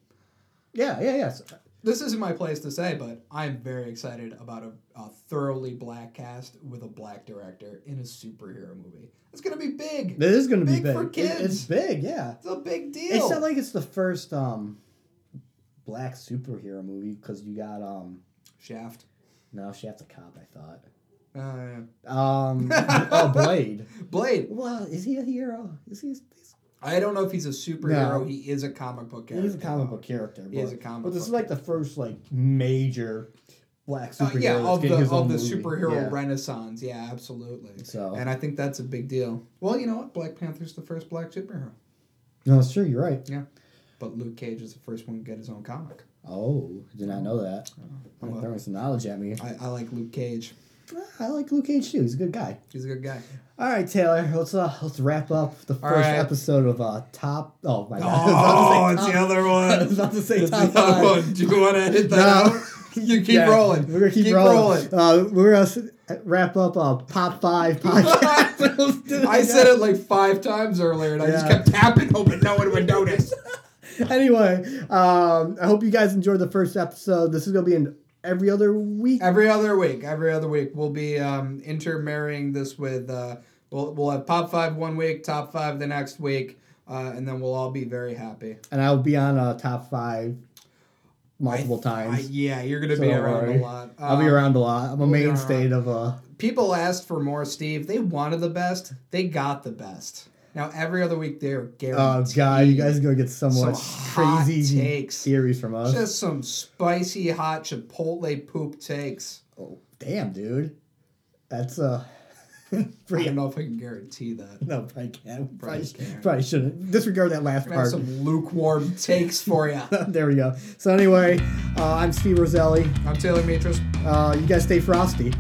Speaker 1: Yeah, yeah, yeah. So-
Speaker 2: This isn't my place to say, but I'm very excited about a, a thoroughly black cast with a black director in a superhero movie. It's gonna be big.
Speaker 1: This is going to be
Speaker 2: Big
Speaker 1: big.
Speaker 2: for
Speaker 1: It- it's
Speaker 2: kids.
Speaker 1: big, yeah.
Speaker 2: It's a big deal.
Speaker 1: It's not like it's the first um, black superhero movie because you got um.
Speaker 2: Shaft.
Speaker 1: No, she has a cop. I thought.
Speaker 2: Uh, [laughs]
Speaker 1: Um, oh, Blade.
Speaker 2: Blade.
Speaker 1: Well, is he a hero? Is he? He's,
Speaker 2: I don't know if he's a superhero. He is a comic book character.
Speaker 1: He's a comic book character. But,
Speaker 2: He is a comic
Speaker 1: But this
Speaker 2: book
Speaker 1: is like the first like major black
Speaker 2: Uh,
Speaker 1: superhero.
Speaker 2: yeah,
Speaker 1: that's
Speaker 2: of
Speaker 1: getting
Speaker 2: the
Speaker 1: his
Speaker 2: of
Speaker 1: own
Speaker 2: the
Speaker 1: movie.
Speaker 2: superhero
Speaker 1: Yeah.
Speaker 2: renaissance. Yeah, absolutely.
Speaker 1: So-
Speaker 2: and I think that's a big deal. Well, you know what? Black Panther's the first black superhero,
Speaker 1: No, that's true. You're right.
Speaker 2: but Luke Cage is the first one to get his own comic.
Speaker 1: Oh, did not know that.
Speaker 2: Oh, well.
Speaker 1: throwing some knowledge at me. Ah,
Speaker 2: I, I like Luke Cage.
Speaker 1: I like Luke Cage too. He's a good guy.
Speaker 2: He's a good guy.
Speaker 1: All right, Taylor. Let's uh, let's wrap up the
Speaker 2: All
Speaker 1: first
Speaker 2: right.
Speaker 1: episode of uh, top. Oh my god! [laughs]
Speaker 2: Oh,
Speaker 1: I was
Speaker 2: it's
Speaker 1: about to say
Speaker 2: the
Speaker 1: top- [laughs] I was about to say
Speaker 2: other one. Oh, It's the
Speaker 1: top
Speaker 2: other
Speaker 1: five.
Speaker 2: one. Do you want to edit that
Speaker 1: No.
Speaker 2: out? [laughs] You keep
Speaker 1: Yeah,
Speaker 2: rolling. [laughs]
Speaker 1: We're gonna keep, [laughs] rolling. Uh, we're gonna s- wrap up uh, pop five podcast.
Speaker 2: I said it like five times earlier, and I just
Speaker 1: Yeah.
Speaker 2: kept tapping, hoping no one would notice.
Speaker 1: Anyway, um, I hope you guys enjoyed the first episode. This is gonna be in every other week.
Speaker 2: Every other week, every other week, we'll be um, intermarrying this with. Uh, we'll we'll have pop five one week, top five the next week, uh, and then we'll all be very happy.
Speaker 1: and I'll be on uh, top five multiple
Speaker 2: I,
Speaker 1: times.
Speaker 2: yeah, you're gonna
Speaker 1: So
Speaker 2: be
Speaker 1: don't
Speaker 2: around
Speaker 1: worry.
Speaker 2: a lot.
Speaker 1: I, will be
Speaker 2: Um,
Speaker 1: around a lot. I'm a
Speaker 2: we'll be
Speaker 1: mainstay of uh,
Speaker 2: People asked for more, Steve. They wanted the best. They got the best. Now every other week they're
Speaker 1: oh
Speaker 2: guaranteed.
Speaker 1: god, you guys are gonna get so
Speaker 2: Some
Speaker 1: much
Speaker 2: hot
Speaker 1: crazy
Speaker 2: takes.
Speaker 1: theories from us.
Speaker 2: Just some spicy hot chipotle poop takes.
Speaker 1: oh, damn, dude, that's uh, [laughs]
Speaker 2: I don't
Speaker 1: pretty.
Speaker 2: know if I can guarantee that.
Speaker 1: No, probably can't. Probably,
Speaker 2: Probably
Speaker 1: sh-
Speaker 2: can't.
Speaker 1: probably shouldn't. Disregard that last
Speaker 2: I have
Speaker 1: part.
Speaker 2: some lukewarm takes
Speaker 1: [laughs]
Speaker 2: for you.
Speaker 1: there we go. So anyway, uh, I'm Steve Roselli.
Speaker 2: I'm Taylor Matros.
Speaker 1: Uh, you guys stay frosty.